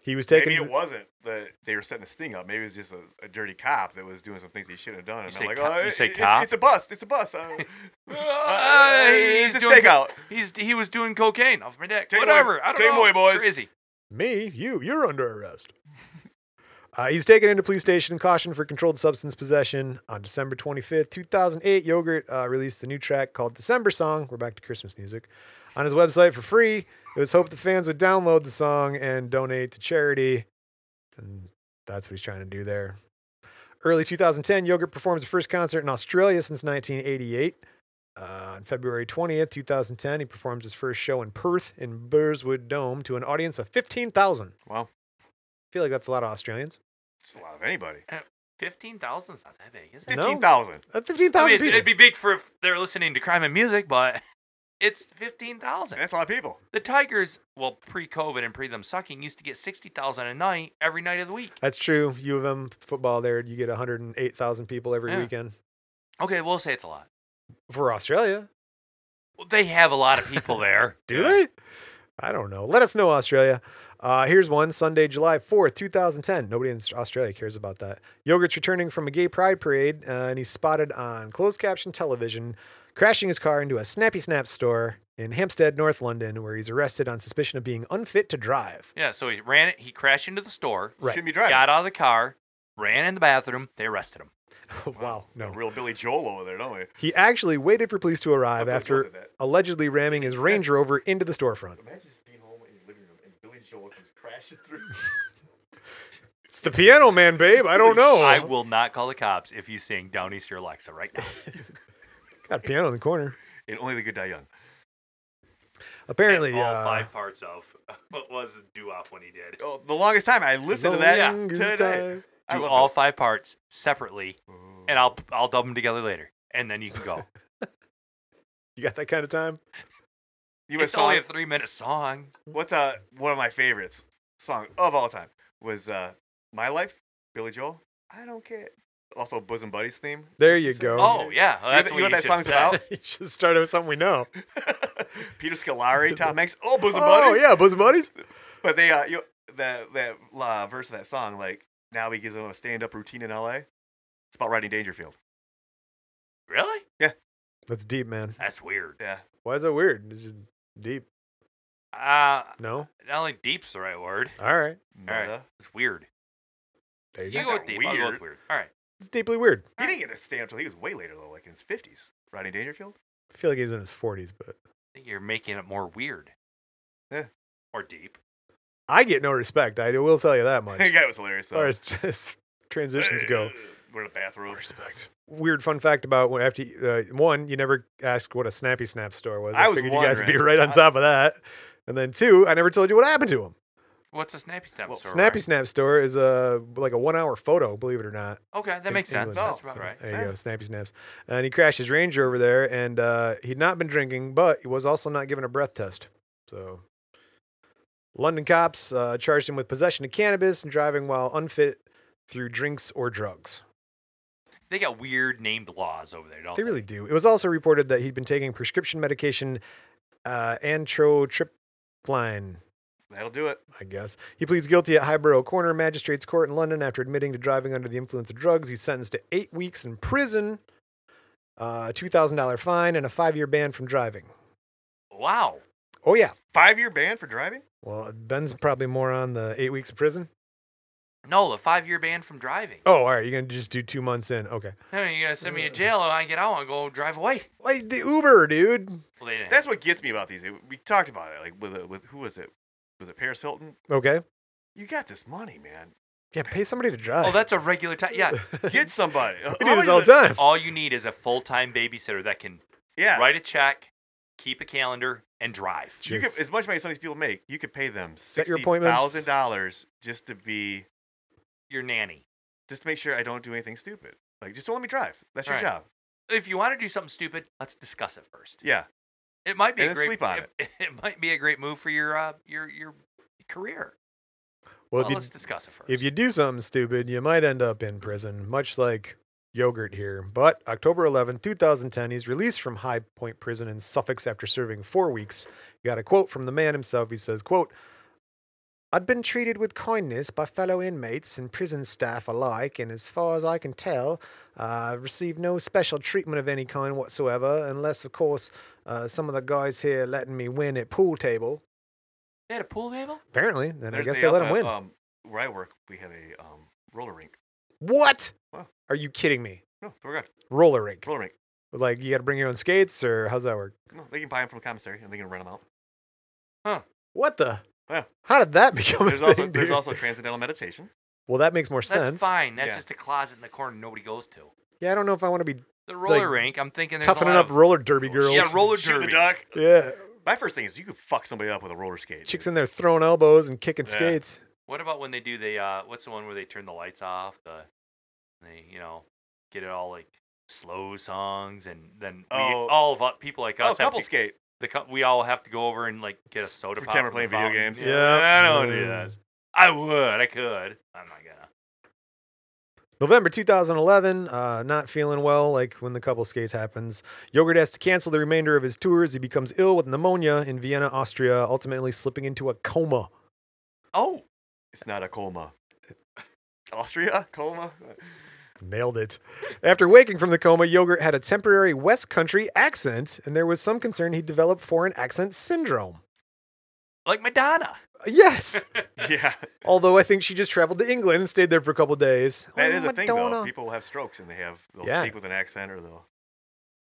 He was taking
Maybe it
the-
wasn't that they were setting this thing up. Maybe it was just a, a dirty cop that was doing some things he shouldn't have done. And
say
I'm like,
cop-
oh,
you
it-
say
it-
cop?
It's a bust. It's a bust. Uh,
Uh,
it's a
doing-
stakeout.
He's he was doing cocaine off my dick.
Take him away.
Whatever. I don't
Take him
know.
away,
It's
boys.
crazy.
me, you, you're under arrest. uh, he's taken into police station caution for controlled substance possession. On December 25th, 2008, Yogurt uh, released a new track called December Song. We're back to Christmas music. On his website for free. It was hoped the fans would download the song and donate to charity. And that's what he's trying to do there. Early 2010, Yogurt performs the first concert in Australia since 1988. Uh, on February 20th, 2010, he performs his first show in Perth in Burswood Dome to an audience of 15,000.
Wow.
feel like that's a lot of Australians.
It's a lot of anybody.
Uh, Fifteen thousand's not that big, is it?
No.
15,000.
Uh,
I
15,000
mean, it'd,
people.
it'd be big for if they're listening to crime and music, but it's fifteen thousand.
That's a lot of people.
The Tigers, well, pre-COVID and pre them sucking, used to get sixty thousand a night every night of the week.
that's true. U of M football there, you get 108,000 people every
Yeah.
weekend.
Okay, we'll say it's a lot.
For Australia,
Well, they have a lot of people there.
do
Yeah.
they? I don't know. Let us know, Australia. Uh, here's one Sunday, July 4th, 2010. Nobody in Australia cares about that. Yogurt's returning from a gay pride parade, uh, and he's spotted on closed caption television crashing his car into a Snappy Snap store in Hampstead, North London, where he's arrested on suspicion of being unfit to drive.
Yeah, so he ran it. He crashed into the store,
Right.
Shouldn't be driving.
got out of the car, ran in the bathroom. They arrested him.
wow. No.
Real Billy Joel over there, don't we?
He actually waited for police to arrive
Billy Joel
after
did that.
allegedly ramming his Range Rover into the storefront.
Imagine just being home in your living room and Billy Joel comes crashing through.
It's the Piano Man, babe. I don't
Oh.
know.
I will not call the cops if you sing Down Easter Alexa right now.
Got a piano in the corner.
And only the good die young.
Apparently,
all
uh,
five parts of, but was a do off when he did.
Oh, the longest time I listened to that
yeah,
longest
today.
time.
I
Do
love
all
it.
five parts separately, and I'll I'll dub them together later, and then you can go.
You got that kind of time?
You
it's
must
only a three minute song.
What's uh one of my favorites song of all time was uh My Life, Billy Joel. I don't care. Also Bosom Buddies theme.
There you
So-
go.
Oh yeah, well,
You
that's
know
what
what
you
that
should
song's
say.
about?
you should start with something we know.
Peter Scolari, Tom Hanks. Oh, Bosom
Oh
Buddies.
yeah, bosom buddies.
But they uh you that that uh, verse of that song like now he gives him a stand up routine in L.A. It's about riding Dangerfield.
Really?
That's deep, man.
That's weird.
Yeah.
Why is that weird? It's just deep.
Uh,
No.
not only deep's the right word.
All right.
All right,
Meta.
it's weird.
There you
You
go.
go
not
with deep. I'll go with
weird.
weird. All right.
It's deeply weird.
He didn't get a stand up till he was way later though, like in his fifties. Riding Dangerfield.
I feel like he's in his forties, but
I think you're making it more weird.
Yeah.
Or deep.
I get no respect. I will tell you that much.
that
as
guy was hilarious though. Uh,
far as just transitions go.
We're in a bathrobe.
Respect. Weird fun fact about when after you- uh, one, you never asked what a snappy snap store was.
I was
figured you guys would be
wondering.
right on
I-
top of that. And then two, I never told you what happened to him.
What's a snappy snap?
Well,
store,
snappy
right?
snap store is a like a one hour photo, believe it or not.
Okay, that
in
makes sense.
England.
That's
Oh,
about
So,
right.
There you
Yeah.
go, snappy snaps. And he crashed his Ranger over there, and uh, he'd not been drinking, but he was also not given a breath test. So, London cops uh, charged him with possession of cannabis and driving while unfit through drinks or drugs.
They got weird named laws over there, don't they?
They really do. It was also reported that he'd been taking prescription medication, uh, antrotripline.
That'll do it.
I guess. He pleads guilty at Highborough Corner Magistrates Court in London after admitting to driving under the influence of drugs. He's sentenced to eight weeks in prison, uh, $2,000 fine, and a five year ban from driving.
Wow.
Oh, yeah.
Five year ban for driving?
Well, Ben's probably more on the eight weeks of prison.
No, the five year ban from driving.
Oh, all right. You're going to just do two months in. Okay.
Hey, you gotta send me to
Uh.
jail and I get out and go drive away.
Like the Uber, dude.
Well, they didn't.
That's what gets me about these. We talked about it, like with uh, with who was it? Was it Paris Hilton?
Okay.
You got this money, man.
Yeah, pay somebody to drive.
oh, that's a regular time. Yeah.
Get Oh, somebody. How
we do
much
this all
is
the
it?
time.
All you need is a full time babysitter that can
Yeah,
write a check, keep a calendar, and drive.
You could,
Just-
as much money as some of these people make, you could pay them
Set your
sixty
appointments.
thousand dollars just to be
Your nanny.
just to make sure I don't do anything stupid. Like, just don't let me drive. That's your
Right.
job.
If you want to do something stupid, let's discuss it first.
Yeah,
It might be
And
a
then
great
sleep on
it. might be a great move for your uh, your your career.
well,
oh,
Well,
if you,
let's discuss it first.
if you do something stupid, you might end up in prison, much like yogurt here. But October 11, 2010, he's released from High Point Prison in Suffolk after serving four weeks. Got a quote from the man himself. He says, quote, I'd been treated with kindness by fellow inmates and prison staff alike, and as far as I can tell, I received no special treatment of any kind whatsoever, unless, of course, uh, some of the guys here letting me win at pool table.
they had a pool table?
Apparently, then I
There's-
guess they
they
let
also
him win.
have, Um, where I work, we have a um, roller rink.
what?
Wow.
Are you kidding me?
No, we're good.
roller rink.
Roller rink.
Like you got to bring your own skates, or how's that work?
No, they can buy them from the commissary and they can rent them out.
What the?
Yeah.
How did that become
There's
a
also
thing?
there's
dude?
also transcendental meditation.
well, that makes more sense.
That's fine. That's
Yeah.
just a closet in the corner nobody goes to.
Yeah, I don't know if I want to be
The roller
Like,
rink, I'm thinking there's a
toughening
lot
up
of-
roller derby girls.
Yeah, roller
Shoot the
derby.
duck.
Yeah,
My first thing is you could fuck somebody up with a roller skate.
chicks in there throwing elbows and kicking
Yeah.
skates.
What about when they do the uh what's the one where they turn the lights off? The they, you know, get it all like slow songs and then we,
Oh.
all of us, people like
Oh,
us have
couple
to,
skate.
the cou- we all have to go over and like get a soda pop.
Pretend we're
from the
playing video
fountain.
games.
Yeah.
Yeah, I don't wanna do
Mm.
that. I would, I could. I'm not gonna.
November 2011, uh, not feeling well, like when the couple skate happens. Yogurt has to cancel the remainder of his tours. He becomes ill with pneumonia in Vienna, Austria, ultimately slipping into a coma.
Oh,
It's not a coma. Austria? Coma?
Nailed it. After waking from the coma, Yogurt had a temporary West Country accent, and there was some concern he developed foreign accent syndrome.
like Madonna.
Yes,
Yeah.
although I think she just traveled to England and stayed there for a couple days.
That
Oh,
is a thing, though.
Madonna.
People will have strokes and they have, they'll
Yeah.
speak with an accent or they'll.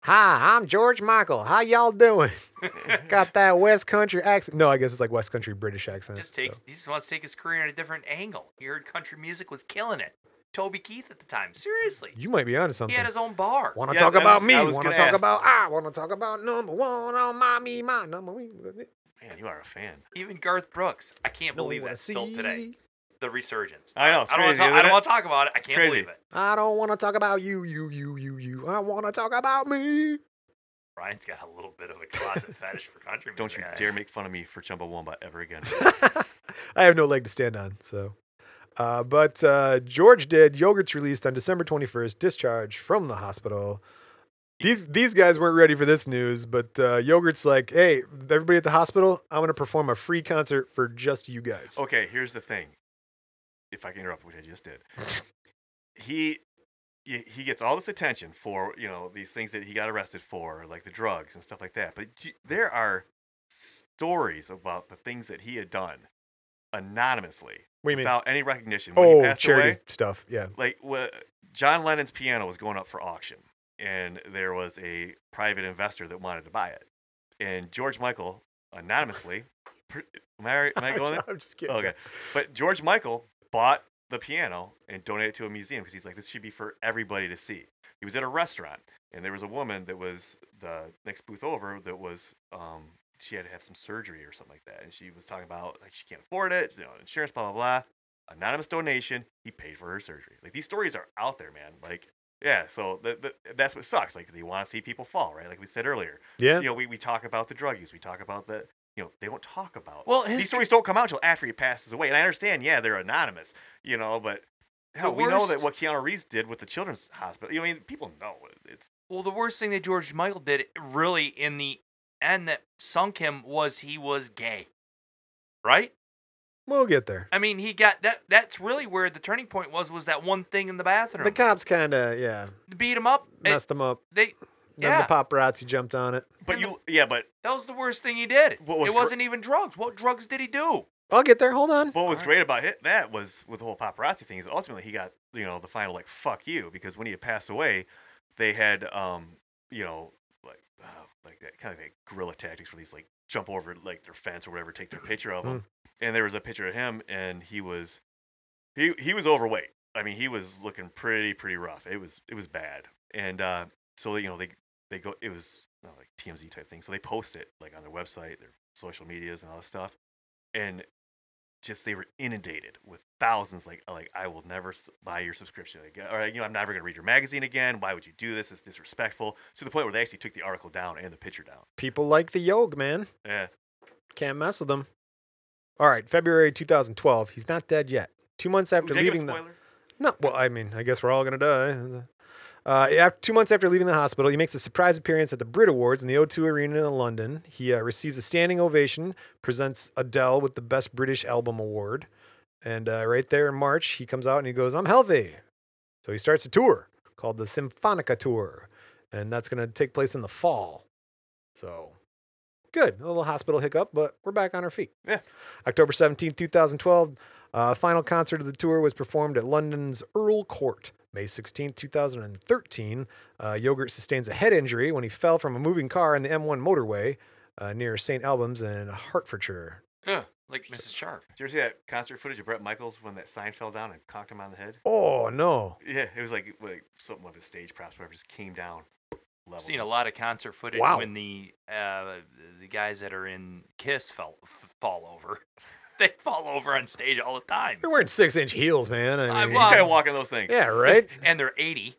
Hi, I'm George Michael. How y'all doing? Got that West Country accent. No, I guess it's like West Country British accent.
Just takes
so.
he just wants to take his career in a different angle. He heard country music was killing it. Toby Keith at the time, seriously,
You might be onto
he
something.
had his own bar.
Want to
Yeah,
talk
I was-
about me?
I was
Want to
gonna
talk
ask.
about I? Want to talk about number one on my me my number one?
Man, you are a fan.
Even Garth Brooks, I can't
Don't
believe
wanna
that's still
see.
today. The resurgence.
I know, it's
I don't want to.
crazy,
Talk,
isn't
I don't
it?
want to talk about it. I can't
crazy.
believe it.
I don't want to talk about you, you, you, you, you. I want to talk about me.
Brian's got a little bit of a closet fetish for country music.
Don't you dare make fun of me for Chumbawamba ever again.
I have no leg to stand on, so. Uh, but uh, George did. Yogurt's released on December 21st, discharged from the hospital. These these guys weren't ready for this news, but uh, Yogurt's like, hey, everybody at the hospital, I'm going to perform a free concert for just you guys.
okay, here's the thing. If I can interrupt, which I just did, he he he gets all this attention for you know these things that he got arrested for, like the drugs and stuff like that. But you, there are stories about the things that he had done anonymously
what do you mean?
without any recognition. When he
Oh,
passed
charity
away,
stuff. Yeah.
like wha- John Lennon's piano was going up for auction, and there was a private investor that wanted to buy it, and George Michael anonymously. pr- Am I, am I going there?
I'm just kidding.
Okay. But George Michael bought the piano and donated it to a museum because he's like, this should be for everybody to see. He was at a restaurant and there was a woman that was the next booth over that was, um, she had to have some surgery or something like that. And she was talking about, like, she can't afford it, you know, insurance, blah, blah, blah. Anonymous donation. He paid for her surgery. Like, these stories are out there, man. Like, yeah, so th- th- that's what sucks. Like, they want to see people fall, right? Like we said earlier.
Yeah.
You know, we, we talk about the drug use. We talk about the, you know, they don't talk about
Well, his
these stories don't come out until after he passes away. And I understand, yeah, they're anonymous, you know, but hell, we know that
worst-
what Keanu Reeves did with the children's hospital. You know, I mean, people know it. it's
Well, the worst thing that George Michael did, really, in the end, that sunk him was he was gay. Right?
We'll get there.
I mean, he got that. That's really where the turning point was. Was that one thing in the bathroom?
The cops kind of, yeah,
beat him up. It-
messed them up.
they.
Then
Yeah,
the paparazzi jumped on it.
but you, yeah, but
that was the worst thing he did.
What was
it
gr-
wasn't even drugs. What drugs did he do?
I'll get there. Hold on.
what was great about it, that was with the whole paparazzi thing is ultimately he got you know the final like fuck you because when he had passed away, they had um you know like uh, like that kind of like guerrilla tactics where these like jump over like their fence or whatever, take their picture of him, and there was a picture of him and he was he he was overweight. I mean, he was looking pretty pretty rough. It was it was bad, and uh, so you know they they go it was uh, like TMZ type thing. So they post it like on their website, their social medias, and all this stuff, and just they were inundated with thousands like like I will never s- buy your subscription again, or you know I'm never gonna read your magazine again. Why would you do this? It's disrespectful. To the point where they actually took the article down and the picture down.
People like the Yog, man.
Yeah,
Can't mess with them. All right, February 2012. He's not dead yet. Two months after
Did I give a
leaving the
spoiler?
no, well, I mean, I guess we're all gonna die. Uh, af two months after leaving the hospital, he makes a surprise appearance at the Brit Awards in the O2 Arena in London. He uh, receives a standing ovation, presents Adele with the Best British Album Award, and uh, right there in March, he comes out and he goes, "I'm healthy." So he starts a tour called the Symphonica Tour, and that's gonna take place in the fall. So good, a little hospital hiccup, but we're back on our feet.
Yeah.
October 17, 2012, uh, final concert of the tour was performed at London's Earl Court. May 16, 2013, uh, Yogurt sustains a head injury when he fell from a moving car on the M1 motorway uh, near St. Albans in Hertfordshire.
Ugh, like Mrs. Sharp.
Did you ever see that concert footage of Brett Michaels when that sign fell down and conked him on the head?
Oh, no.
Yeah, it was like, like something of his stage props, whatever, just came down. Level.
I've seen a lot of concert footage
Wow.
when the uh, the guys that are in Kiss fell f- fall over. they fall over on stage all the time,
You're wearing six inch heels, man. I
I
mean,
was.
Try to walk on those things.
yeah, right?
and they're eighty.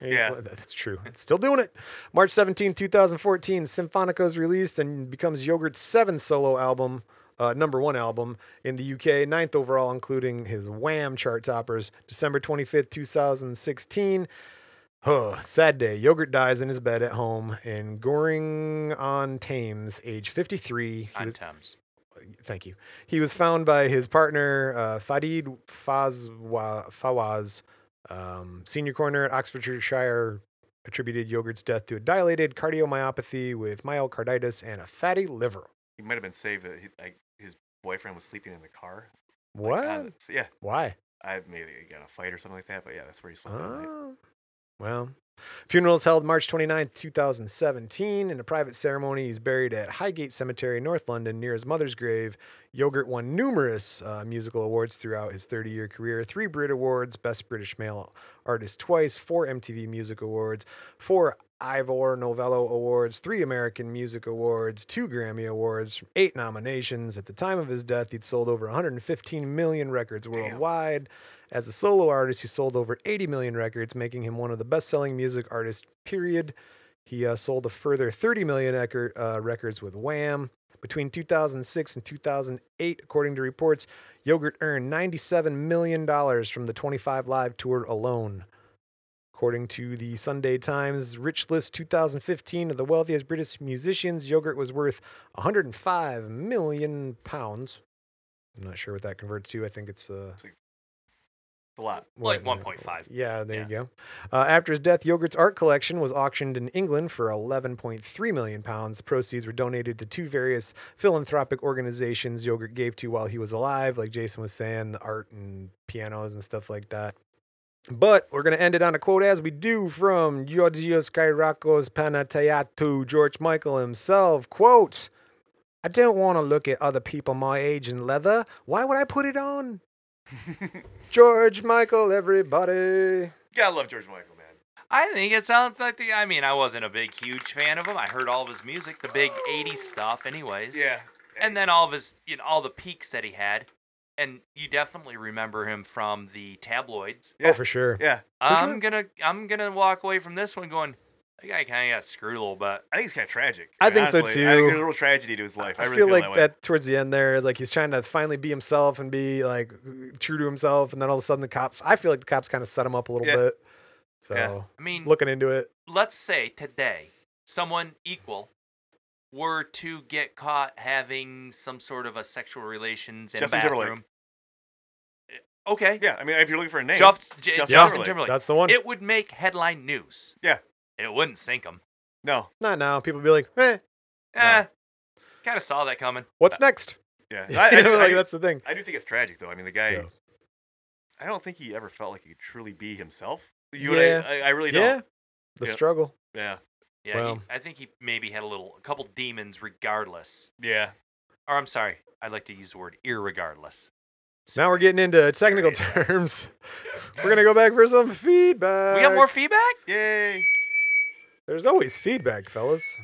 Yeah.
That's true. Still doing it. March 17, 2014, Symphonica is released and becomes Yogurt's seventh solo album, uh, number one album in the UK, ninth overall, including his Wham chart toppers. December 25th, 2016. Oh, sad day. Yogurt dies in his bed at home in Goring on Thames, age 53. He
on
was-
Thames.
thank you. He was found by his partner, uh, Farid Fazwa, Fawaz, um, senior coroner at Oxfordshire, attributed Yogurt's death to a dilated cardiomyopathy with myocarditis and a fatty liver.
He might have been saved. That he, like, his boyfriend was sleeping in the car.
What?
Uh, so yeah,
Why?
I maybe got in a fight or something like that. But yeah, that's where he slept. that night.
Oh. Well, Funeral is held March 29, 2017. In a private ceremony, he's buried at Highgate Cemetery, North London, near his mother's grave. Yogurt won numerous uh, musical awards throughout his 30 year career three Brit Awards, Best British Male Artist twice, four MTV Music Awards, four Ivor Novello Awards, three American Music Awards, two Grammy Awards, eight nominations. At the time of his death, he'd sold over 115 million records worldwide. As a solo artist, he sold over 80 million records, making him one of the best selling music artists, period. He uh, sold a further 30 million ecor- uh, records with Wham. Between 2006 and 2008, according to reports, Yogurt earned $97 million from the 25 Live tour alone. According to the Sunday Times Rich List 2015 of the wealthiest British musicians, Yogurt was worth 105 million pounds. I'm not sure what that converts to. I think it's uh,
It's
Ah.
a lot.
Like
what-
1.5.
Yeah, there you go. Uh, after his death, Yogurt's art collection was auctioned in England for 11.3 million pounds. Proceeds were donated to two various philanthropic organizations Yogurt gave to while he was alive, like Jason was saying, the art and pianos and stuff like that. But we're going to end it on a quote as we do from Georgios Kairakos Panathiatou, George Michael himself. Quote, I don't want to look at other people my age in leather. Why would I put it on? George Michael, everybody.
Yeah, I love George Michael, man.
I think it sounds like the. I mean, I wasn't a big, huge fan of him. I heard all of his music, the big '80s stuff, anyways.
Yeah.
And then all of his, you know, all the peaks that he had, and you definitely remember him from the tabloids.
Yeah.
Oh, for sure.
Yeah.
I'm
sure.
gonna, I'm gonna walk away from this one going, that guy kind of got screwed a little bit.
I think it's kind of tragic.
I
mean,
think so,
honestly. I think
too.
there's a real tragedy to his life. I,
I
really
feel like
that.
that,
way.
towards the end there, like he's trying to finally be himself and be like true to himself, and then all of a sudden the cops. I feel like the cops kind of set him up a little
Yeah.
bit. So
Yeah.
I mean,
looking into it,
let's say today someone equal were to get caught having some sort of a sexual relations in
Justin
a
Timberlake.
bathroom. Eh, Okay.
Yeah, I mean, if you're looking for a name,
Just- J-
Justin
Justin,
Timberlake.
Timberlake.
that's the one.
It would make headline news.
Yeah.
It wouldn't sink them.
no,
Not now. People be like, eh,
Eh, kind of saw that coming.
what's next?
yeah,
You
Uh, I, I,
know,
I,
like that's the thing.
I do think it's tragic though. I mean, the guy,
So,
I don't think he ever felt like he could truly be himself. You and
Yeah.
I, I, I really
yeah,
don't.
the
Yeah.
struggle.
Yeah,
Yeah, he-
Well.
I think he maybe had a little, a couple demons, regardless.
yeah.
Or I'm sorry, I'd like to use the word irregardless.
Now we're getting into technical
Sorry.
terms. we're gonna go back for some feedback.
We
Uh,
got more feedback.
Yay!
There's always feedback, fellas.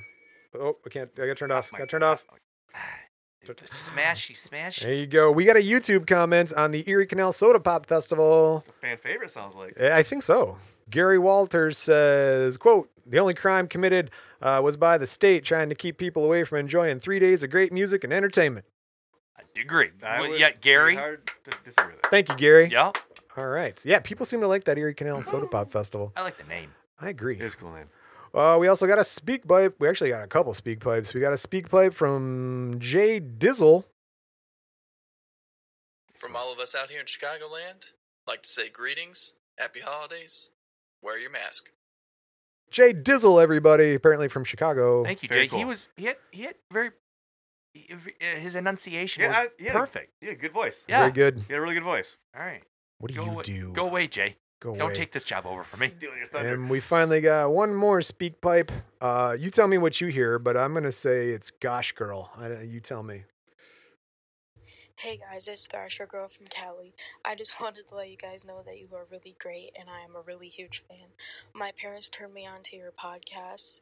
Oh, I can't. I got turned off.
My
Got turned off.
Smashy, smashy.
There you go. We got a YouTube comment on the Erie Canal Soda Pop Festival.
Fan favorite sounds like.
Eh, I think so. Gary Walters says, quote, the only crime committed uh, was by the state trying to keep people away from enjoying three days of great music and entertainment.
I do agree.
I
Well,
would
yeah,
be
Gary.
Hard to disagree with that.
Thank you, Gary.
Yep.
All right. Yeah, people seem to like that Erie Canal Soda Pop Festival.
I like the name.
I agree.
It is a cool name.
Uh, we also got a speak pipe. We actually got a couple speak pipes. We got a speak pipe from Jay Dizzle.
From all of us out here in Chicagoland, I'd like to say greetings, happy holidays, wear your mask.
Jay Dizzle, everybody, apparently from Chicago.
Thank you,
Oh, Very
Jake.
cool.
He was he had he had very he- uh, his enunciation
Yeah,
was
I- yeah.
perfect.
Yeah, good voice.
Yeah.
Very good.
You had a really good voice.
All right,
What do
go
you
away,
do?
go away, Jay.
Go
Don't
away.
take this job over from me.
Stealing your thunder.
And we finally got one more speak pipe. Uh, you tell me what you hear, but I'm gonna say it's Gosh Girl. I, don't- you tell me.
Hey guys, it's Thrasher Girl from Cali. I just wanted to let you guys know that you are really great and I am a really huge fan. My parents turned me on to your podcasts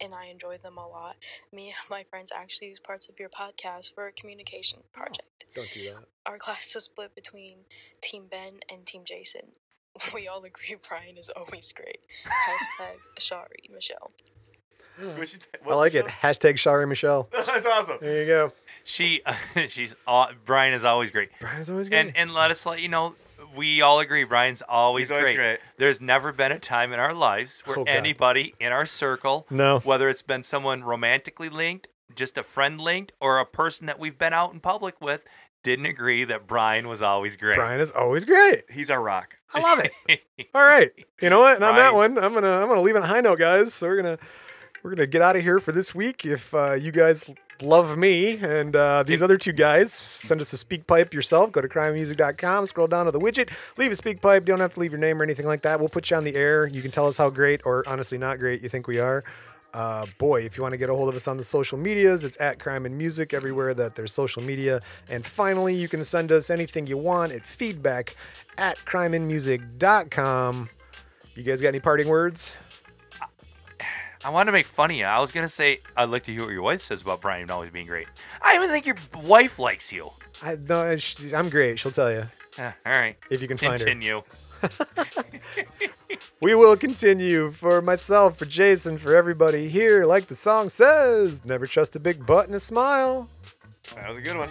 and I enjoy them a lot. Me and my friends actually use parts of your podcast for a communication project.
Don't do that.
Our class is split between Team Ben and Team Jason. We all agree Brian is always great. Hashtag sorry, Michelle.
What'd she say?
I
What's
like
the
it.
show?
Hashtag Shari Michelle.
That's awesome.
There you go.
She she's aw- Brian is always great.
Brian's always good.
And and let us let you know we all agree Brian's always,
He's always great.
There's never been a time in our lives where
Oh, God.
anybody in our circle,
No.
whether it's been someone romantically linked, just a friend linked, or a person that we've been out in public with, didn't agree that Brian was always great.
Brian is always great.
He's our rock.
I love it. All right. You know what? And on that
Brian.
one, I'm gonna I'm gonna leave it on a high note, guys. So we're gonna we're gonna get out of here for this week. If uh, you guys Love Me, and uh, these other two guys. Send us a speakpipe yourself. Go to crimemusic.com, scroll down to the widget, leave a speakpipe. Don't have to leave your name or anything like that. We'll put you on the air. You can tell us how great or honestly not great you think we are. Uh, boy, if you want to get a hold of us on the social medias, it's at Crime and Music everywhere that there's social media. And finally, you can send us anything you want at feedback at crimeandmusic.com. You guys got any parting words?
I want to make fun of you. I was gonna say I'd like to hear what your wife says about Brian always being great. I even think your wife likes you.
I no, sh- I'm great. She'll tell you
Eh, all right,
if you can find her.
continue.
We will continue for myself, for Jason, for everybody here. Like the song says, never trust a big butt and a smile.
That was a good one.